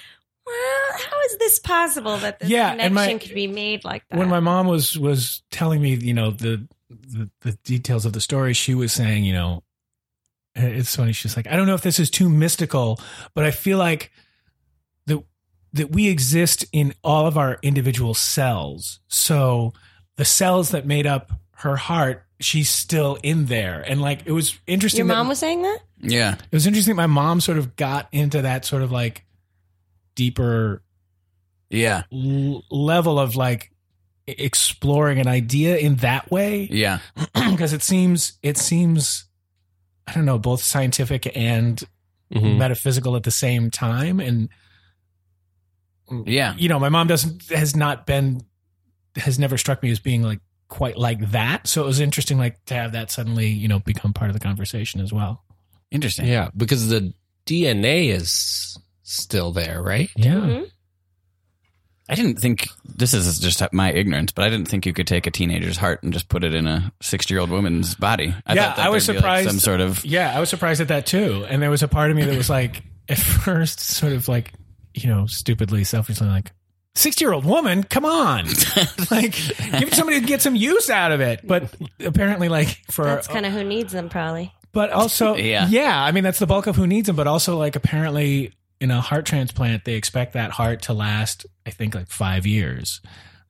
well, how is this possible that this
Yeah,
connection
and my-
could be made like that?
when my mom was was telling me you know the, the the details of the story she was saying you know it's funny she's like i don't know if this is too mystical but i feel like that that we exist in all of our individual cells so the cells that made up her heart she's still in there and like it was interesting
Your
that-
mom was saying that?
yeah.
it was interesting that my mom sort of got into that sort of like deeper
Yeah.
l- level of like e- exploring an idea in that way [CLEARS THROAT]
Yeah.
because it seems it seems i don't know both scientific and
Mhm.
metaphysical at the same time and
Yeah.
you know my mom doesn't has not been has never struck me as being like quite like that so it was interesting like to have that suddenly you know become part of the conversation as well
Interesting.
Yeah, because the DNA is still there, right?
yeah
Mhm.
I didn't think this is just my ignorance, but I didn't think you could take a teenager's heart and just put it in a sixty-year-old woman's body. I
Yeah,
thought that
I was
there'd be,
surprised-
Like some sort of
Yeah, I was surprised at that too. And there was a part of me that was like, [LAUGHS] at first, sort of like, you know, stupidly, selfishly, like, 60 year old woman, come on. [LAUGHS] like, give it somebody to get some use out of it. But apparently, like, for. uh,
That's kind of who needs them, probably.
but also,
Yeah.
yeah. yeah, I mean, that's the bulk of who needs them. But also, like, apparently, in a heart transplant, they expect that heart to last, I think, like five years.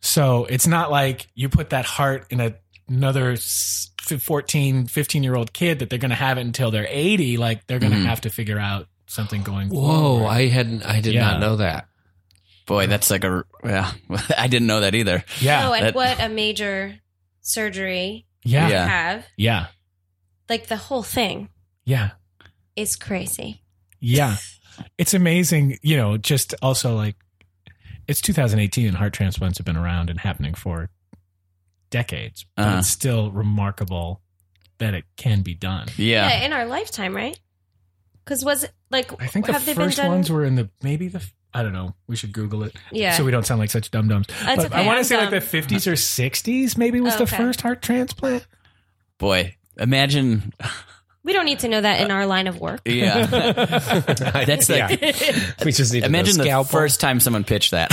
So it's not like you put that heart in a, another s- 14, 15 year old kid that they're going to have it until they're 80. Like they're going to
Mhm.
have to figure out something going
Whoa,
forward.
I hadn't, I did
Yeah.
not know that.
boy. That's like a yeah. [LAUGHS] I didn't know that either.
yeah.
oh, and
that-
what a major surgery
yeah.
Yeah.
Yeah.
have.
Yeah.
Like the whole thing
Yeah.
is crazy.
Yeah. It's amazing, you know, just also like it's 2018 and heart transplants have been around and happening for decades, but
Uh-huh.
it's still remarkable that it can be done.
Yeah.
Yeah, in our lifetime, right? Because was it like
I think the
have they been
first
done?
ones were in the maybe the I don't know. We should Google it
yeah,
so we don't sound like such dum dums.
That's
But
okay,
I want
I'm
to say like
dumb.
the 50s or 60s maybe was the
Okay.
first heart transplant.
Boy, imagine.
we don't need to know that in our line of
[LAUGHS]
work.
[LAUGHS]
[LAUGHS]
Yeah. That's like [LAUGHS]
we just need
imagine
to
the first time someone pitched that.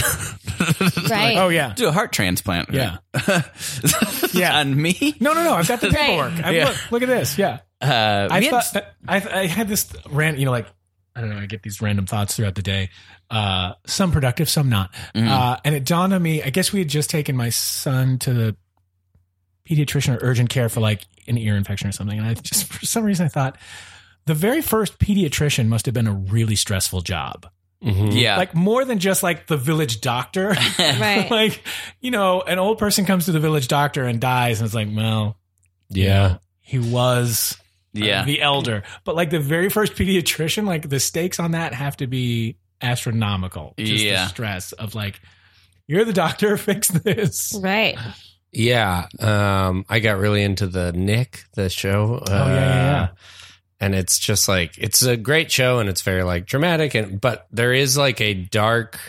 Right.
Oh yeah.
[LAUGHS] Do a heart transplant.
Yeah.
[LAUGHS] yeah. On me.
No, no, no. I've got the paperwork. I,
Yeah.
look, look at this. Yeah.
Uh,
I
we had-
thought I, I had this ran, you know, like I don't know. I get these random thoughts throughout the day, uh, some productive, some not. Uh, and it dawned on me. I guess we had just taken my son to the pediatrician or urgent care for like an ear infection or something, and I just for some reason I thought the very first pediatrician must have been a really stressful job,
Mm-hmm.
yeah.
like more than just like the village doctor. [LAUGHS]
Right.
like you know, an old person comes to the village doctor and dies, and it's like, well,
yeah.
he was
yeah.
the elder. But like the very first pediatrician, like the stakes on that have to be astronomical. Just
Yeah.
the stress of like, you're the doctor, [LAUGHS] fix this.
Right.
Yeah. Um, I got really into the Nick, the show. Oh,
yeah, yeah, yeah.
And it's just like, it's a great show and it's very like dramatic. And, but there is like a dark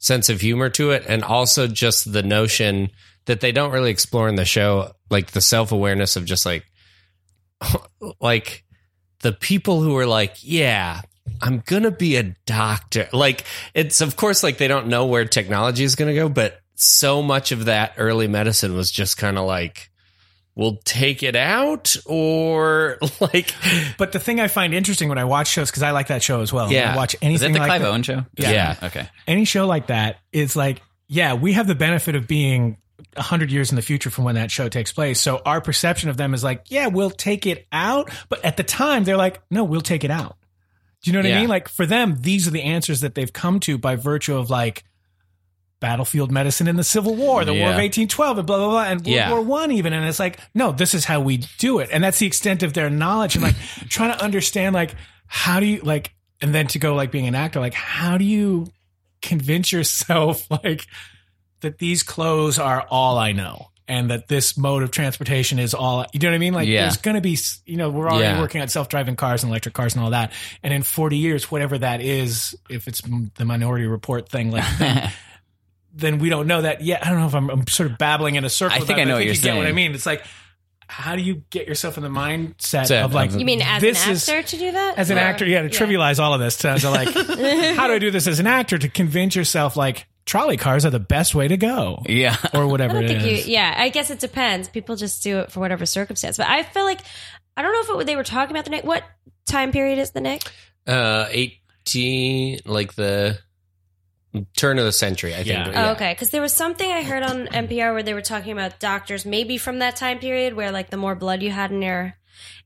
sense of humor to it. And also just the notion that they don't really explore in the show, like the self awareness of just like, [LAUGHS] like the people who are like, yeah, I'm gonna be a doctor. Like it's of course like they don't know where technology is gonna go, but so much of that early medicine was just kind of like, we'll take it out or [LAUGHS] like
But the thing I find interesting when I watch shows, because I like that show as well.
Yeah.
When I watch
Is that
anything
the
like
Clive
that-
Owen show?
Yeah.
Okay. [LAUGHS]
any show like that is like, yeah, we have the benefit of being 100 years in the future from when that show takes place. So our perception of them is like, yeah, we'll take it out. But at the time, they're like, no, we'll take it out. Do you know what I
Yeah.
mean? Like for them, these are the answers that they've come to by virtue of like battlefield medicine in the Civil War, the War of
Yeah.
1812, and blah, blah, blah, and World
Yeah.
War One even. And it's like, no, this is how we do it. And that's the extent of their knowledge.
[LAUGHS]
And like trying to understand, like, how do you, like, and then to go like being an actor, like, how do you convince yourself, [LAUGHS] like, that these clothes are all I know and that this mode of transportation is all you know what I mean? Like
Yeah.
there's going to be, s- you know, we're already
Yeah.
working on self-driving cars and electric cars and all that. And in 40 years, whatever that is, if it's m- the minority report
[LAUGHS]
thing, like then, then we don't know that yet. I don't know if I'm, I'm sort of babbling in a circle.
I
with
think
that,
I know
but
what
you
you're
get what I
saying.
mean. It's like, how do you get yourself in the mindset
So,
of like,
You mean as
this
an
is-
actor to do that?
as an
Or-
actor, yeah, to trivialize all of this to,
[LAUGHS]
to like, [LAUGHS] how do I do this as an actor to convince yourself like trolley cars are the best way to go
Yeah.
or whatever
[LAUGHS] I
it
don't
is?
think you. Yeah, I guess it depends. People just do it for whatever circumstance. But I feel like I don't know if it, they were talking about the Nick. What time period is the Nick?
Uh, 18, like the turn of the century, I think.
Yeah.
Oh, okay, because there was something I heard on NPR where they were talking about doctors, maybe from that time period where like the more blood you had in your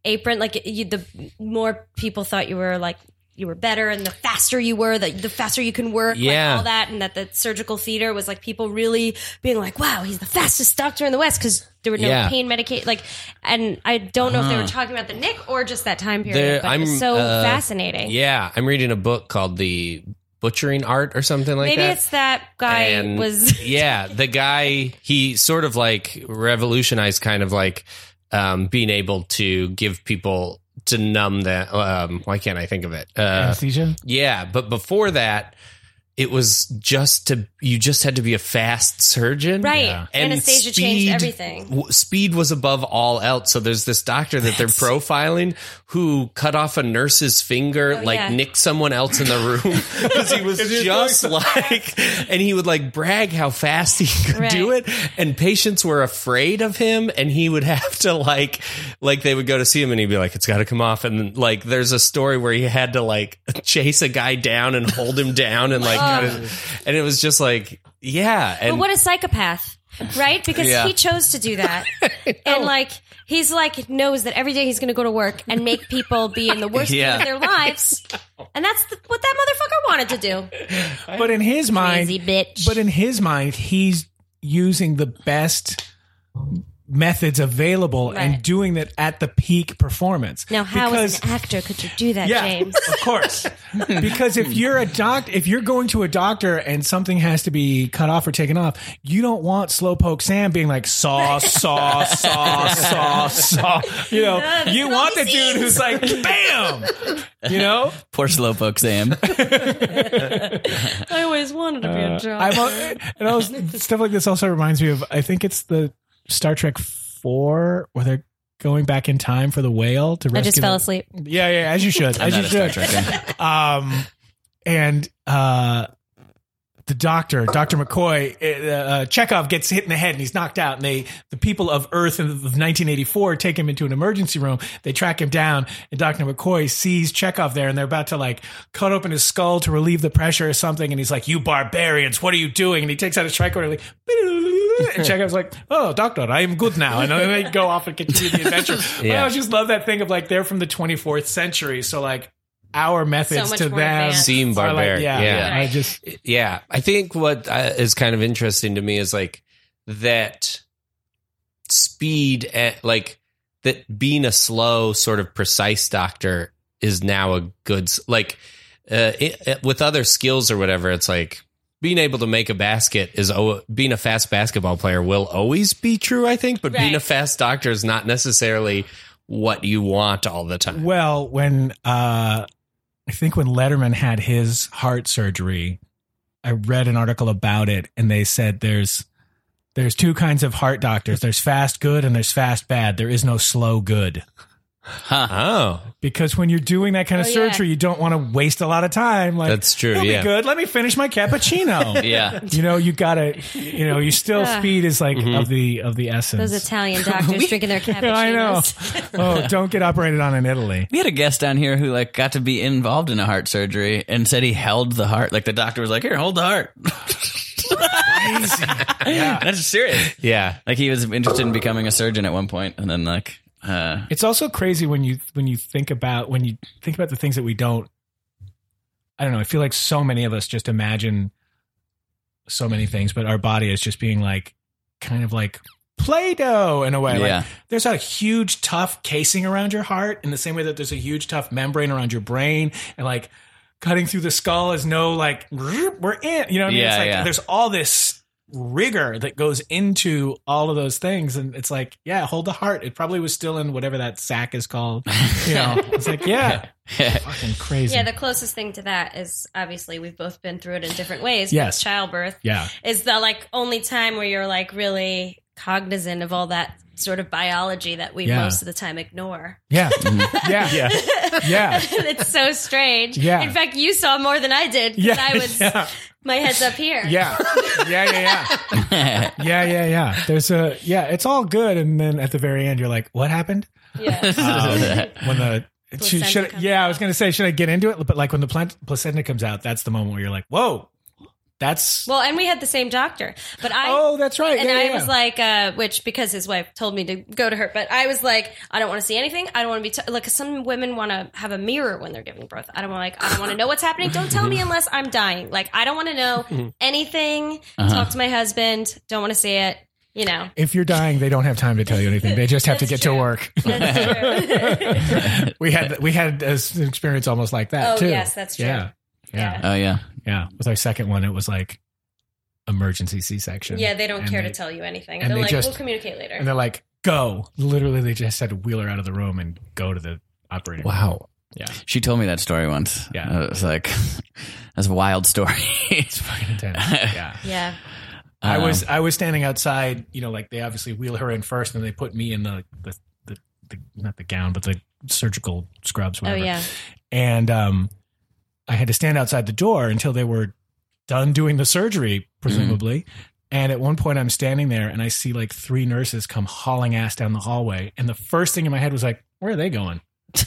apron, like you, the more people thought you were like you were better, and the faster you were, the, the faster you can work,
Yeah.
like, all that, and that the surgical theater was like people really being like, wow, he's the fastest doctor in the West because there were no
Yeah. Uh-huh.
pain medication, like, and I don't know if they were talking about the Nick or just that time period,
There-
but
I'm,
it's so
uh,
fascinating.
Yeah, I'm reading a book called The Butchering Art or something like
Maybe
that.
it's that guy
And,
was [LAUGHS]
yeah, the guy he sort of like revolutionized kind of like um, being able to give people to numb that. Um, why can't I think of it? Uh,
Anesthesia?
yeah, but before that. It was just to you just had to be a fast surgeon,
Right. Yeah.
And
Anesthesia changed everything.
w- speed was above all else. So there's this doctor that they're profiling who cut off a nurse's finger,
Oh,
like
yeah.
nicked someone else in the room [LAUGHS] because he was [LAUGHS] just like, and he would like brag how fast he could
Right.
do it, and patients were afraid of him, and he would [LAUGHS] have to like, like they would go to see him, and he'd be like, "It's got to come off," and like there's a story where he had to like [LAUGHS] chase a guy down and hold him down, and like, kinda- and it was just like, yeah, and
But what a psychopath, right? Because
Yeah.
he chose to do
[LAUGHS]
that. and like he's like knows that every day he's going to go to work and make people be in the worst
Yeah.
mood of their lives. And that's the, what that motherfucker wanted to do.
But in his mind,
Crazy bitch.
but in his mind, he's using the best methods available and
Right.
doing that at the peak performance.
now, how
because,
as an actor could you do that,
yeah, [LAUGHS]
James?
of course. because if you're a doc, if you're going to a doctor and something has to be cut off or taken off, you don't want slowpoke Sam being like saw, saw, saw, saw, saw. You know, you want the dude who's like bam. You know,
Poor slowpoke
[LAUGHS]
Sam.
I always wanted to be a job.
I'm al- and I was, stuff like this also reminds me of I think it's the Star Trek Four where they're going back in time for the whale to rescue.
I just fell
the-
asleep.
Yeah, yeah, as you should,
I'm
as
not
you
a Star
should.
Trek fan.
Um, and uh, the doctor, Doctor McCoy, uh, uh, Chekhov gets hit in the head and he's knocked out. And they, the people of Earth of 1984, take him into an emergency room. They track him down, and Doctor McCoy sees Chekhov there, and they're about to like cut open his skull to relieve the pressure or something. And he's like, "You barbarians, what are you doing?" And he takes out his tricorder, like. And Chekhov's like, "Oh, doctor, I am good now," and then they go off and continue the adventure. But I always just love that thing of like they're from the 24th century, so like our methods
much
to
more
them
advanced.
seem
are
barbaric.
like, yeah,
yeah.
I just
yeah i think what uh, is kind of interesting to me is like that speed at like that being a slow sort of precise doctor is now a good s- like uh, it, it- with other skills or whatever it's like being able to make a basket is o- being a fast basketball player will always be true i think but being
Right.
a fast doctor is not necessarily what you want all the time
well when uh I think when Letterman had his heart surgery, I read an article about it, and they said there's there's two kinds of heart doctors. There's fast good and there's fast bad. There is no slow good.
Huh.
oh
Because when you're doing that kind of
Oh, yeah.
surgery, you don't want to waste a lot of time. Like
that's true
it'll
yeah
be good. Let me finish my
[LAUGHS]
cappuccino.
Yeah.
You know, you gotta. You know, you still
Ah.
speed is like
Mhm.
of the of the essence.
Those Italian doctors drinking their
I
cappuccinos.
know. oh, don't get operated on in Italy.
We had a guest down here who like got to be involved in a heart [LAUGHS] surgery and said he held the heart. Like the doctor was like, "Here, hold the heart." [LAUGHS] That's serious.
Yeah.
Like he was interested in becoming a surgeon at one point, and then like, uh,
It's also crazy when you when you think about when you think about the things that we don't. I don't know. I feel like so many of us just imagine so many things, but our body is just being like kind of like play-doh in a way.
yeah,
Like there's a huge tough casing around your heart in the same way that there's a huge tough membrane around your brain and like cutting through the skull is no like we're in you know what I mean?
Yeah,
it's like
yeah.
there's all this rigor that goes into all of those things and it's like yeah hold the heart it probably was still in whatever that sack is called you know it's like yeah fucking crazy
Yeah, the closest thing to that is obviously we've both been through it in different ways.
Yes.
because Childbirth
yeah
is the like only time where you're like really cognizant of all that sort of biology that we
Yeah.
most of the time ignore.
yeah yeah yeah yeah
[LAUGHS] it's so strange.
Yeah.
In fact, you saw more than I [LAUGHS] did because
yeah
I
[LAUGHS]
was
yeah
my head's up here.
yeah yeah yeah yeah yeah, yeah, yeah. There's a yeah. It's all good, and then at the very end, you're like, "What happened?"
Yeah.
[LAUGHS] Um, when the should,
Placenta
should,
comes
yeah, I was gonna say, should I get into it? But like when the plant, placenta comes out, that's the moment where you're like, "Whoa, that's
Well, and we had the same doctor, but I
oh, that's right."
and
yeah,
I
yeah,
was
yeah.
like, uh, which because his wife told me to go to her, but I was like, I don't want to see anything. I don't want to be t- like 'cause some women want to have a mirror when they're giving birth. I don't want like I don't want to know what's happening. Don't tell
[LAUGHS]
me unless I'm dying. Like I don't want to know anything.
Uh-huh.
Talk to my husband. Don't want to see it. You know.
if you're dying, they don't have time to tell you anything. They just have to get
That's
to
true.
work.
That's true.
[LAUGHS] we had we had a s- an experience almost like that
Oh,
too.
yes, that's true.
Yeah, yeah,
[LAUGHS] oh yeah.
yeah. With our second one, it was like emergency C-section.
yeah, they don't
And
care
they-
to tell you anything.
and
They're
they
like,
just-
we'll communicate later.
and they're like, "Go!" Literally, they just had to wheel her out of the room and go to the operating. room.
Wow.
She told me that story once.
Yeah.
it was like [LAUGHS] that's a wild story.
Intense.
[LAUGHS]
Yeah.
yeah. Oh,
I
Um,
was I was standing outside, you know, like they obviously wheel her in first, and they put me in the the, the, the not the gown, but the surgical scrubs,
Oh
whatever.
yeah.
And um, I had to stand outside the door until they were done doing the surgery, presumably. And at one point, I'm standing there, and I see like three nurses come hauling ass down the hallway, and the first thing in my head was like, "Where are they going?" [LAUGHS]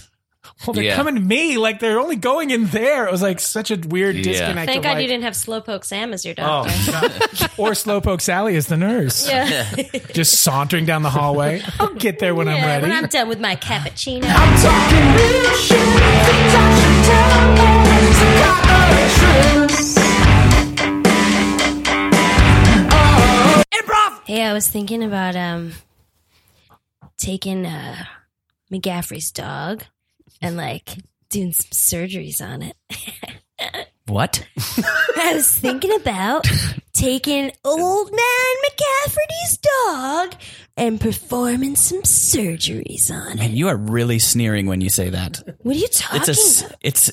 Well, they're
Yeah.
coming to me. Like they're only going in there. It was like such a weird
Yeah.
disconnect.
Thank
of,
God
like,
you didn't have Slowpoke Sam as your
Oh,
doctor.
God. or Slowpoke Sally is the nurse. [LAUGHS]
[LAUGHS] Yeah. Oh,
Just sauntering down the hallway.
[LAUGHS]
I'll get there when I'm
Yeah,
ready.
When I'm done with my cappuccino. Hey, I was thinking about um taking uh McGaffrey's dog and like doing some surgeries on it. [LAUGHS]
what?
I was thinking about taking old man McCafferty's dog and performing some surgeries on it.
Man, you are really sneering when you say that.
What are you talking
It's a, s-
about?
it's,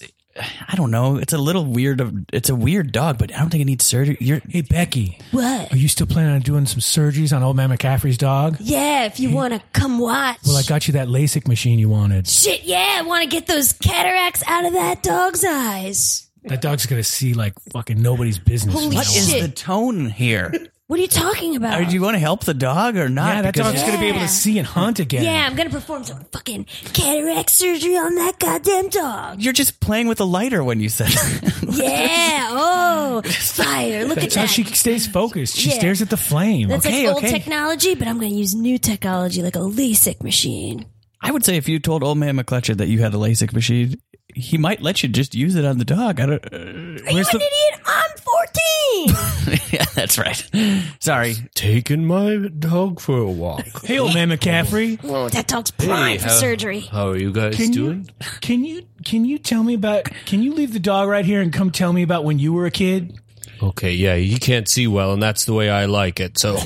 I don't know. It's a little weird. Of, it's a weird dog, but I don't think it needs surgery. You're,
hey, Becky,
What?
are you still planning on doing some surgeries on old man McCaffrey's dog?
Yeah, if you want to come watch.
Well, I got you that LASIK machine you wanted.
Shit, yeah, I want to get those cataracts out of that dog's eyes.
That dog's going to see like fucking nobody's business.
Holy
from
what
now
is
on.
Shit.
the tone here?
What are you talking about?
Are, do you want to help the dog or not?
Yeah, that
Because-
dog's going to be able
Yeah.
to see and hunt again.
yeah, I'm gonna perform some fucking cataract surgery on that
[LAUGHS]
goddamn dog.
You're just playing with a lighter when you said.
[LAUGHS] Yeah, oh, fire! Look
That's
at
how
that.
she stays focused. She
Yeah.
stares at the flame.
That's
Okay,
like old
okay.
technology, but I'm going to use new technology like a LASIK machine.
I would say if you told old man McClutcher that you had a LASIK machine, he might let you just use it on the dog. I don't. Uh,
Are you an idiot? I'm 14.
[LAUGHS] yeah, that's right. Sorry.
Taking my dog for a walk.
[LAUGHS]
hey, old man McCaffrey,
Whoa, that dog's prime for
how-
surgery.
How are you guys
Can you-
doing?
can you can you tell me about? Can you leave the dog right here and come tell me about when you were a kid?
Okay, yeah, you can't see well, and that's the way I like it.
[LAUGHS]
So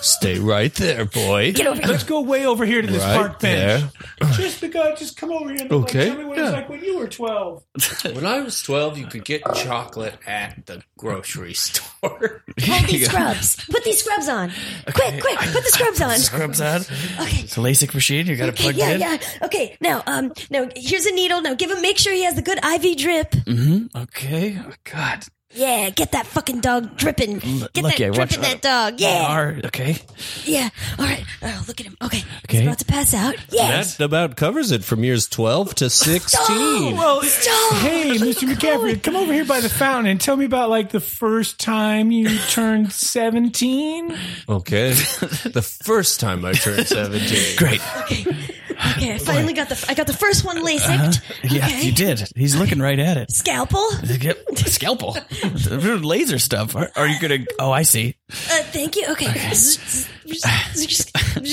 stay right there, boy.
Get over here.
Let's go way over here to this
Right
park bench.
there.
Just the guy, just come over here. And
Okay,
Like, tell me what it was
yeah.
like when you were twelve.
When I was 12, you could get chocolate at the grocery [LAUGHS] store.
Hold these scrubs. Put these scrubs on. Quick, quick. Put the scrubs on.
[LAUGHS] Scrubs on.
Okay.
It's a LASIK machine. You got to
Okay,
plug
yeah,
it in.
yeah. Okay, now, um, now here's a needle. Now give him, make sure he has the good IV drip.
Okay. Oh, God.
Yeah, get that fucking dog dripping. Get
look,
that
yeah,
drip
watch-
in that dog. Yeah.
Are- okay. okay?
Yeah. All right. Oh, look at him. Okay.
Okay.
He's about to pass out. Yes.
That about covers it from years 12 to 16.
Well,
Stop.
[LAUGHS] hey, Mr. McCaffrey, come over here by the fountain and tell me about like the first time you [LAUGHS] turned 17.
[LAUGHS]
Okay. the first time I turned 17.
Great.
Okay. I finally got the. I got the first one LASIKed.
Yeah,
Okay.
Uh-huh. you did. He's looking right at it.
Scalpel. Uh,
Yep. Scalpel. [LAUGHS] Laser stuff. Are, are you going to? Oh, I see.
thank you. Okay.
[LAUGHS]
okay.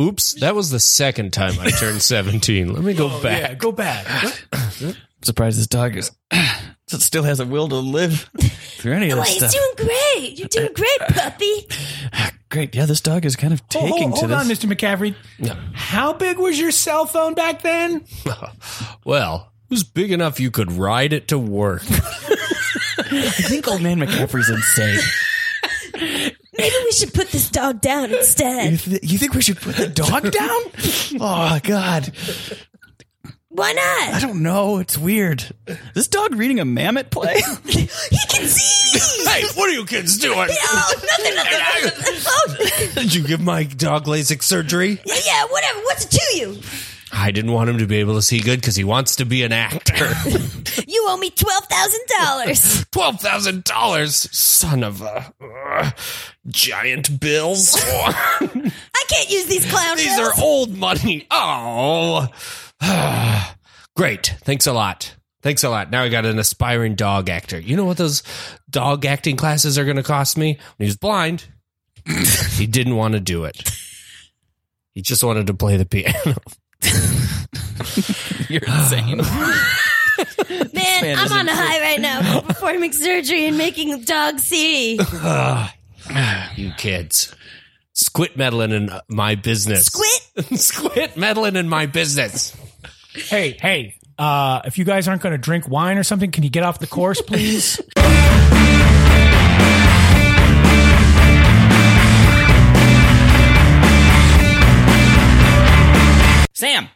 Oops, that was the second time I turned 17. Let me
Oh,
go back.
Oh, go back.
Surprised this dog is [SIGHS] still has a will to live through any of this
He's
stuff.
doing great. You're doing great, puppy.
Great. Yeah, this dog is kind of
Hold,
taking to
hold
this.
on, Mr. McCaffrey. How big was your cell phone back then?
Well, it was big enough you could ride it to work.
I think old man McCaffrey's insane.
Maybe we should put this dog down
You,
instead.
th- you think we should put the dog down? Oh God,
Why
I
not?
don't know. It's weird. Is this dog reading a mammoth [LAUGHS] play?
He can see.
[LAUGHS]
hey, what are you kids doing?
Oh, nothing. nothing, nothing. Oh,
Did you give my dog LASIK surgery?
yeah, yeah, whatever. What's it to you?
I didn't want him to be able to see good because he wants to be an actor.
You owe me twelve thousand dollars.
[LAUGHS] Twelve thousand dollars, son of a uh, giant bills. [LAUGHS]
I can't use these clown
These are
bills.
old money. Oh, [SIGHS] great! Thanks a lot. Thanks a lot. Now I got an aspiring dog actor. You know what those dog acting classes are going to cost me? When he was [LAUGHS] blind, he didn't want to do it. He just wanted to play the piano.
You're insane.
Man,
man
is
I'm on a high right now. Performing surgery and making dogs see.
You kids. Squit meddling in my business. [LAUGHS]
Quit.
Squit meddling in my business.
Hey, hey, uh, if you guys aren't going to drink wine or something, can you get off the course, please?
[SIGHS] Sam,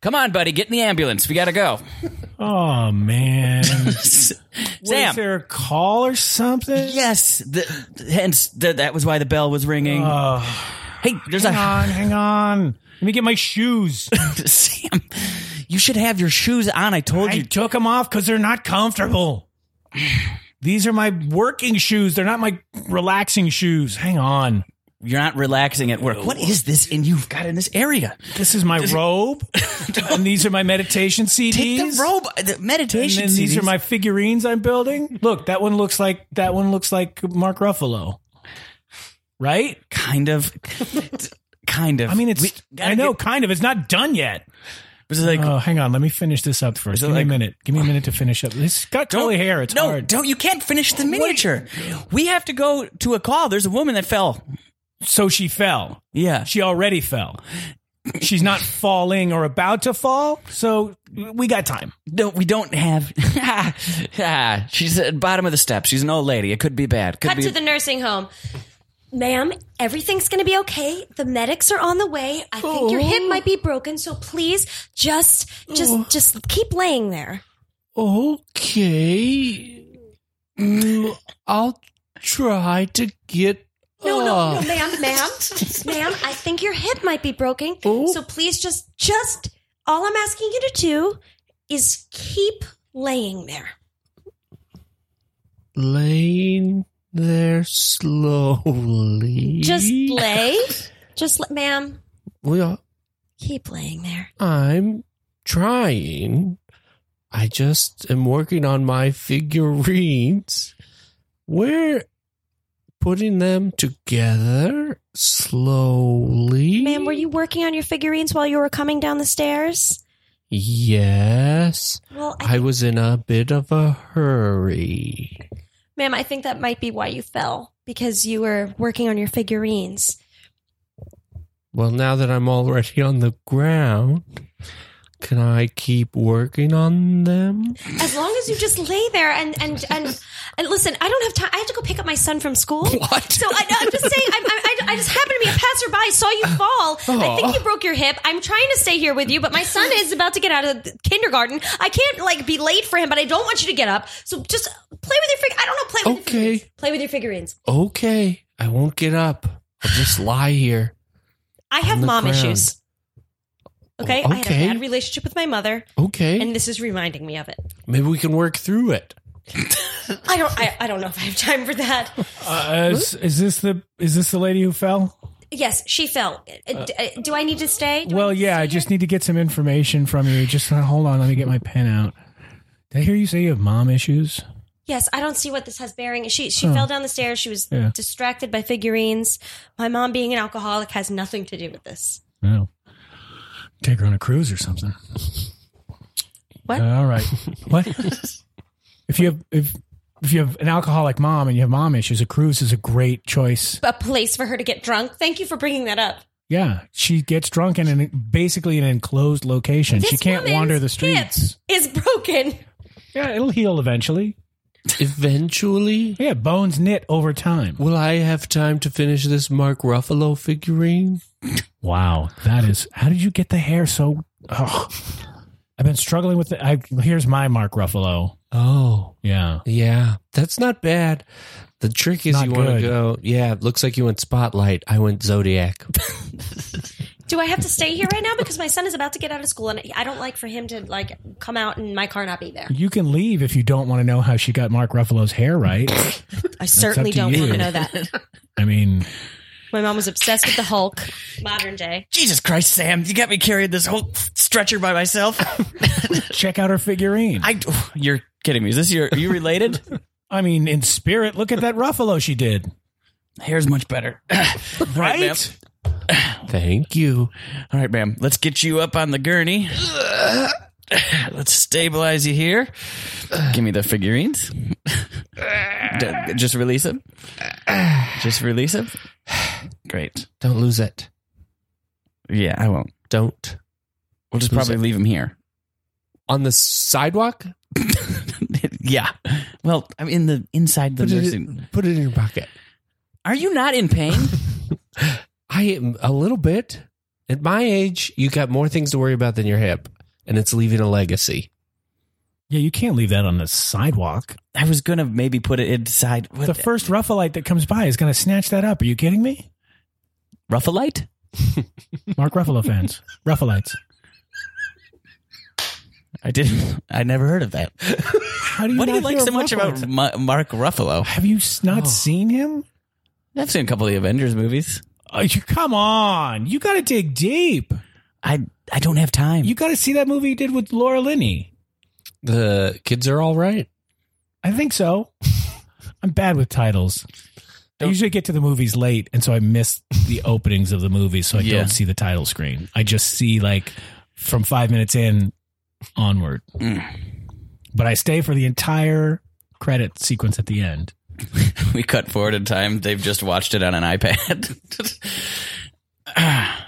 come on, buddy, get in the ambulance. We gotta [LAUGHS] go.
[LAUGHS] oh, [LAUGHS] man.
Sam.
Was there a call or something?
Yes, the, hence the, that was why the bell was ringing.
Oh,
hey, there's
Uh, Hang
a
on, hang on. Let me get my shoes.
[LAUGHS] Sam. You should have your shoes on. I told
I
you.
took them off because they're not comfortable. [SIGHS] These are my working shoes. They're not my relaxing shoes. Hang on.
You're not relaxing at work. What is this? And you've got in this area.
This is my robe, [LAUGHS] and these are my meditation CDs.
Take the robe. The
And
meditation.
then these
CDs.
are my figurines I'm building. Look, that one looks like that one looks like Mark Ruffalo, right?
kind of, kind of.
I mean, it's
We-
I
gotta
know,
Get,
kind of. It's not done yet.
was it like,
Oh, hang on, let me finish this up
Is
first.
it
Give me
like-
a minute. Give me a minute to finish up. It's got curly hair. It's
no,
hard.
don't. You can't finish the miniature. We have to go to a call. There's a woman that fell.
So she fell.
Yeah.
She already fell. She's [LAUGHS] not falling or about to fall, so we got time.
No, we don't have. [LAUGHS] Ah, She's at the bottom of the steps. She's an old lady. It could be bad. Could
Cut
be.
to the nursing home.
Ma'am, everything's going to be okay. The medics are on the way. I think your hip might be broken, so please just just
Oh.
just keep laying there.
Okay. Mm, I'll try to get.
No, no, no,
up. [LAUGHS]
ma'am, ma'am, ma'am, I think your hip might be broken.
Oh.
So please just just all I'm asking you to do is keep laying there.
Laying there slowly.
Just lay. Just let ma'am,
Well,
keep laying there.
I'm trying. I just am working on my figurines. We're putting them together slowly.
Ma'am, were you working on your figurines while you were coming down the stairs?
Yes.
Well, I,
I was in a bit of a hurry.
ma'am, I think that might be why you fell because you were working on your figurines.
Well, now that I'm already on the ground, can I keep working on them?
As long as you just lay there and and and, and listen, I don't have time. I have to go pick up my son from school. What? So I, I'm just saying, I'm, I, I just happened to be a passerby, saw you fall. I think you broke your hip. I'm trying to stay here with you, but my son is about to get out of kindergarten. I can't like be late for him, but I don't want you to get up. So just play with your fig. I don't know. Play with
Okay.
your figurines. Play with your figurines.
Okay, I won't get up. I'll just lie here.
I have
On the
mom
ground.
issues. Okay? I had
Okay.
a bad relationship with my mother,
Okay.
and this is reminding me of it.
Maybe we can work through it.
I don't. I, I don't know if I have time for that.
Uh, is, is this the is this the lady who fell?
Yes, she fell. Uh, d- uh, do I need to stay? Do
Well,
need to
yeah,
stay
I
here?
just need to get some information from you. Just uh, hold on, let me get my pen out. Did I hear you say you have mom issues?
Yes, I don't see what this has bearing. She she fell down the stairs. She was
Yeah.
distracted by figurines. My mom being an alcoholic has nothing to do with this.
No. Take her on a cruise or something.
What?
Uh, all right. What? if you have if if you have an alcoholic mom and you have mom issues, a cruise is a great choice.
A place for her to get drunk. Thank you for bringing that up.
Yeah, she gets drunk in an, basically an enclosed location. she
This
can't
woman's
wander the
hip
streets.
Is broken.
Yeah, it'll heal eventually.
Eventually,
Yeah, bones knit over time.
will I have time to finish this Mark Ruffalo figurine?
Wow, that is. How did you get the hair so? Oh, I've been struggling with it. I, here's my Mark Ruffalo.
Oh,
Yeah,
yeah. That's not bad. The trick is
Not
you want to
good.
go, yeah, it looks like you went Spotlight. I went Zodiac.
Do I have to stay here right now because my son is about to get out of school and I don't like for him to like come out and my car not be there.
you can leave if you don't want to know how she got Mark Ruffalo's hair right.
I certainly
to
don't want
you.
to know that.
[LAUGHS] I mean,
My mom was obsessed with the Hulk, modern day.
Jesus Christ, Sam, you got me carrying this whole stretcher
[LAUGHS]
by myself.
check out her figurine. I,
I, you're kidding me. Is this your, are you
[LAUGHS]
related?
mean, in spirit, look at that Ruffalo she did.
Hair's much better. [LAUGHS]
Right?
ma'am.
Thank you.
All right, ma'am. Let's get you up on the gurney. [SIGHS] Let's stabilize you here. Give me the figurines. [LAUGHS] D- Just release them. [SIGHS] Just release them. [SIGHS] Great.
Don't lose it.
Yeah, I won't.
Don't.
We'll just probably leave them here. [LAUGHS]
On the sidewalk?
yeah. Well, I'm in the inside the nursing.
put it in your pocket.
Are you not in pain? [LAUGHS]
I am a little bit. At my age, you got more things to worry about than your hip, and it's leaving a legacy.
Yeah, you can't leave that on the sidewalk.
I was gonna maybe put it inside. What
The first Ruffalite that comes by is going to snatch that up. Are you kidding me?
Ruffalite?
Mark Ruffalo [LAUGHS] fans, Ruffalites.
I didn't. I never heard of that.
How do you?
What do you
not
like
hear
so
of Oh.
much about
Ruffalites?
Ma- Mark Ruffalo?
Have you s- not seen him?
I've seen a couple of the Avengers movies.
Oh, you, come on. You got to dig deep.
I I don't have time.
You got to see that movie you did with Laura Linney.
The kids are all right.
I think so. I'm bad with titles. I usually get to the movies late, and so I miss the openings of the movies, so I
Yeah.
don't see the title screen. I just see like from five minutes in onward.
Mm.
But I stay for the entire credit sequence at the end.
we cut forward in time. They've just watched it on an iPad. [LAUGHS]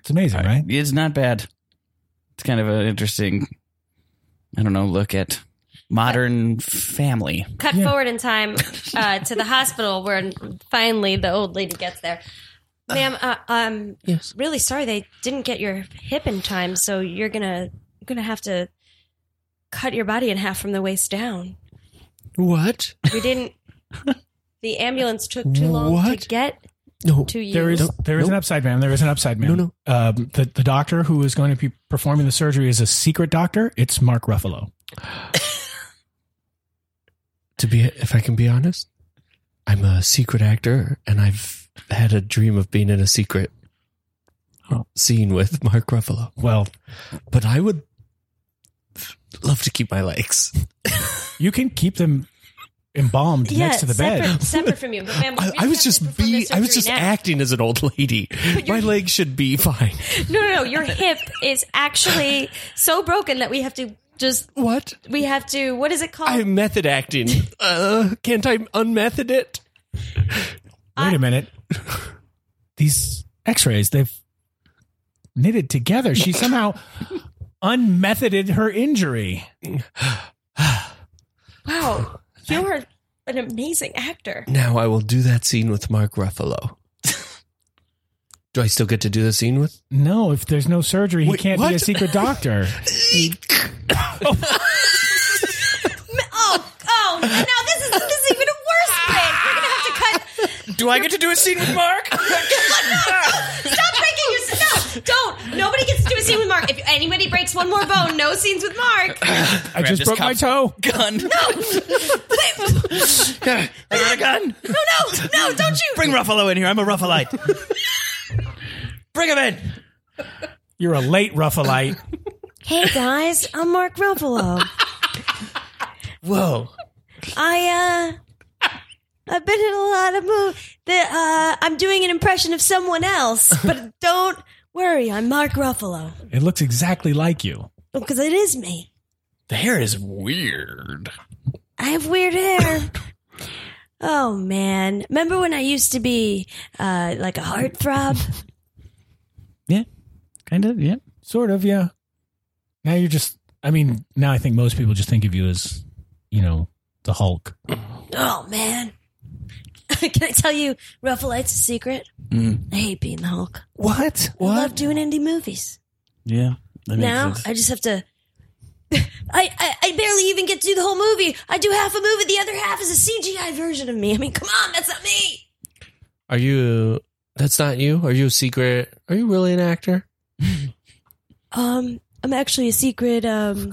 It's amazing, right?
it's not bad. It's kind of an interesting, I don't know, look at modern family.
Cut forward in
[LAUGHS]
time uh, to the hospital where finally the old lady gets there.
Ma'am, uh, um, really sorry they didn't get your hip in time, so you're gonna you're gonna have to cut your body in half from the waist down.
What? [LAUGHS]
We didn't. the ambulance took too long
What?
to get
No.
to you.
There is there is an upside man. There is an upside man.
No,
no. Um, the the doctor who is going to be performing the surgery is a secret doctor. It's Mark Ruffalo.
To be, if I can be honest, I'm a secret actor, and I've had a dream of being in a secret scene with Mark Ruffalo.
Well,
But I would love to keep my legs.
you can keep them embalmed
yeah,
next to the
[LAUGHS]
separate,
bed.
separate from you. But ma'am, we
I,
really
I was
have
just
to perform
be.
this
I was
surgery
just
now.
acting as an old lady. My legs should be fine.
No, no, no. Your hip is actually
[LAUGHS]
so broken that we have to just
What?
we have to. What is it called?
I'm method acting. Uh, can't I unmethod it?
Wait a minute. These x-rays, they've knitted together. She somehow unmethoded her injury.
[LAUGHS]
wow, you are an amazing actor.
Now I will do that scene with Mark Ruffalo. do I still get to do the scene with?
No, if there's no surgery, he
Wait,
can't be a
what?
secret doctor.
[LAUGHS]
Oh, oh! Now this is this is even a worse thing. We're gonna have to cut
Do I get to do a scene with Mark?
[LAUGHS] Stop breaking your stop. Don't. Nobody gets to do a scene with Mark. If anybody breaks one more bone, no scenes with Mark.
I just
this
broke my
cop's-
toe.
Gun. No. [LAUGHS] I got a gun.
No, no, don't you.
Bring Ruffalo in here. I'm a Ruffalite. Bring him in.
You're a late Ruffalite.
Hey guys, I'm Mark Ruffalo.
Whoa.
I uh I've been in a lot of movies that uh I'm doing an impression of someone else,
[LAUGHS]
but don't worry, I'm Mark Ruffalo.
it looks exactly like you.
Because it is me.
The hair is weird.
I have weird hair. Oh man. Remember when I used to be uh like a heartthrob?
Yeah. Kind of. Yeah.
Sort of, yeah. Now you're just, I mean, now I think most people just think of you as, you know, the Hulk.
Oh man. [LAUGHS] Can I tell you Ruffalite's a secret?
Mm.
I hate being the Hulk.
What?
I love doing indie movies.
Yeah. That makes
now
sense.
I just have to. [LAUGHS] I, I I barely even get to do the whole movie. I do half a movie. The other half is a CGI version of me. I mean, come on, that's not me.
Are you? That's not you. Are you a secret? Are you really an actor?
Um, I'm actually a secret. Um,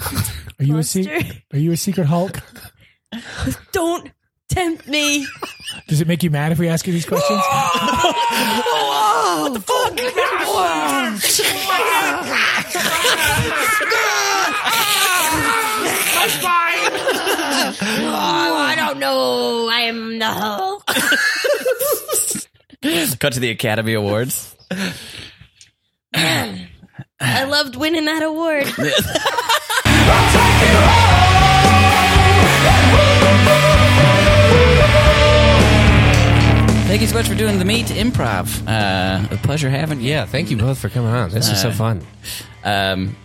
Are you a
Monster.
secret? Are you a secret Hulk?
[LAUGHS] don't tempt me. [LAUGHS]
Does it make you mad if we ask you these questions?
Oh, I don't know. I am the Hulk.
Cut to the Academy Awards.
[LAUGHS] I loved winning that award.
Thank you so much for doing the meet improv. Uh, a pleasure having you.
Yeah. Thank you both for coming on. This is so fun.
Um,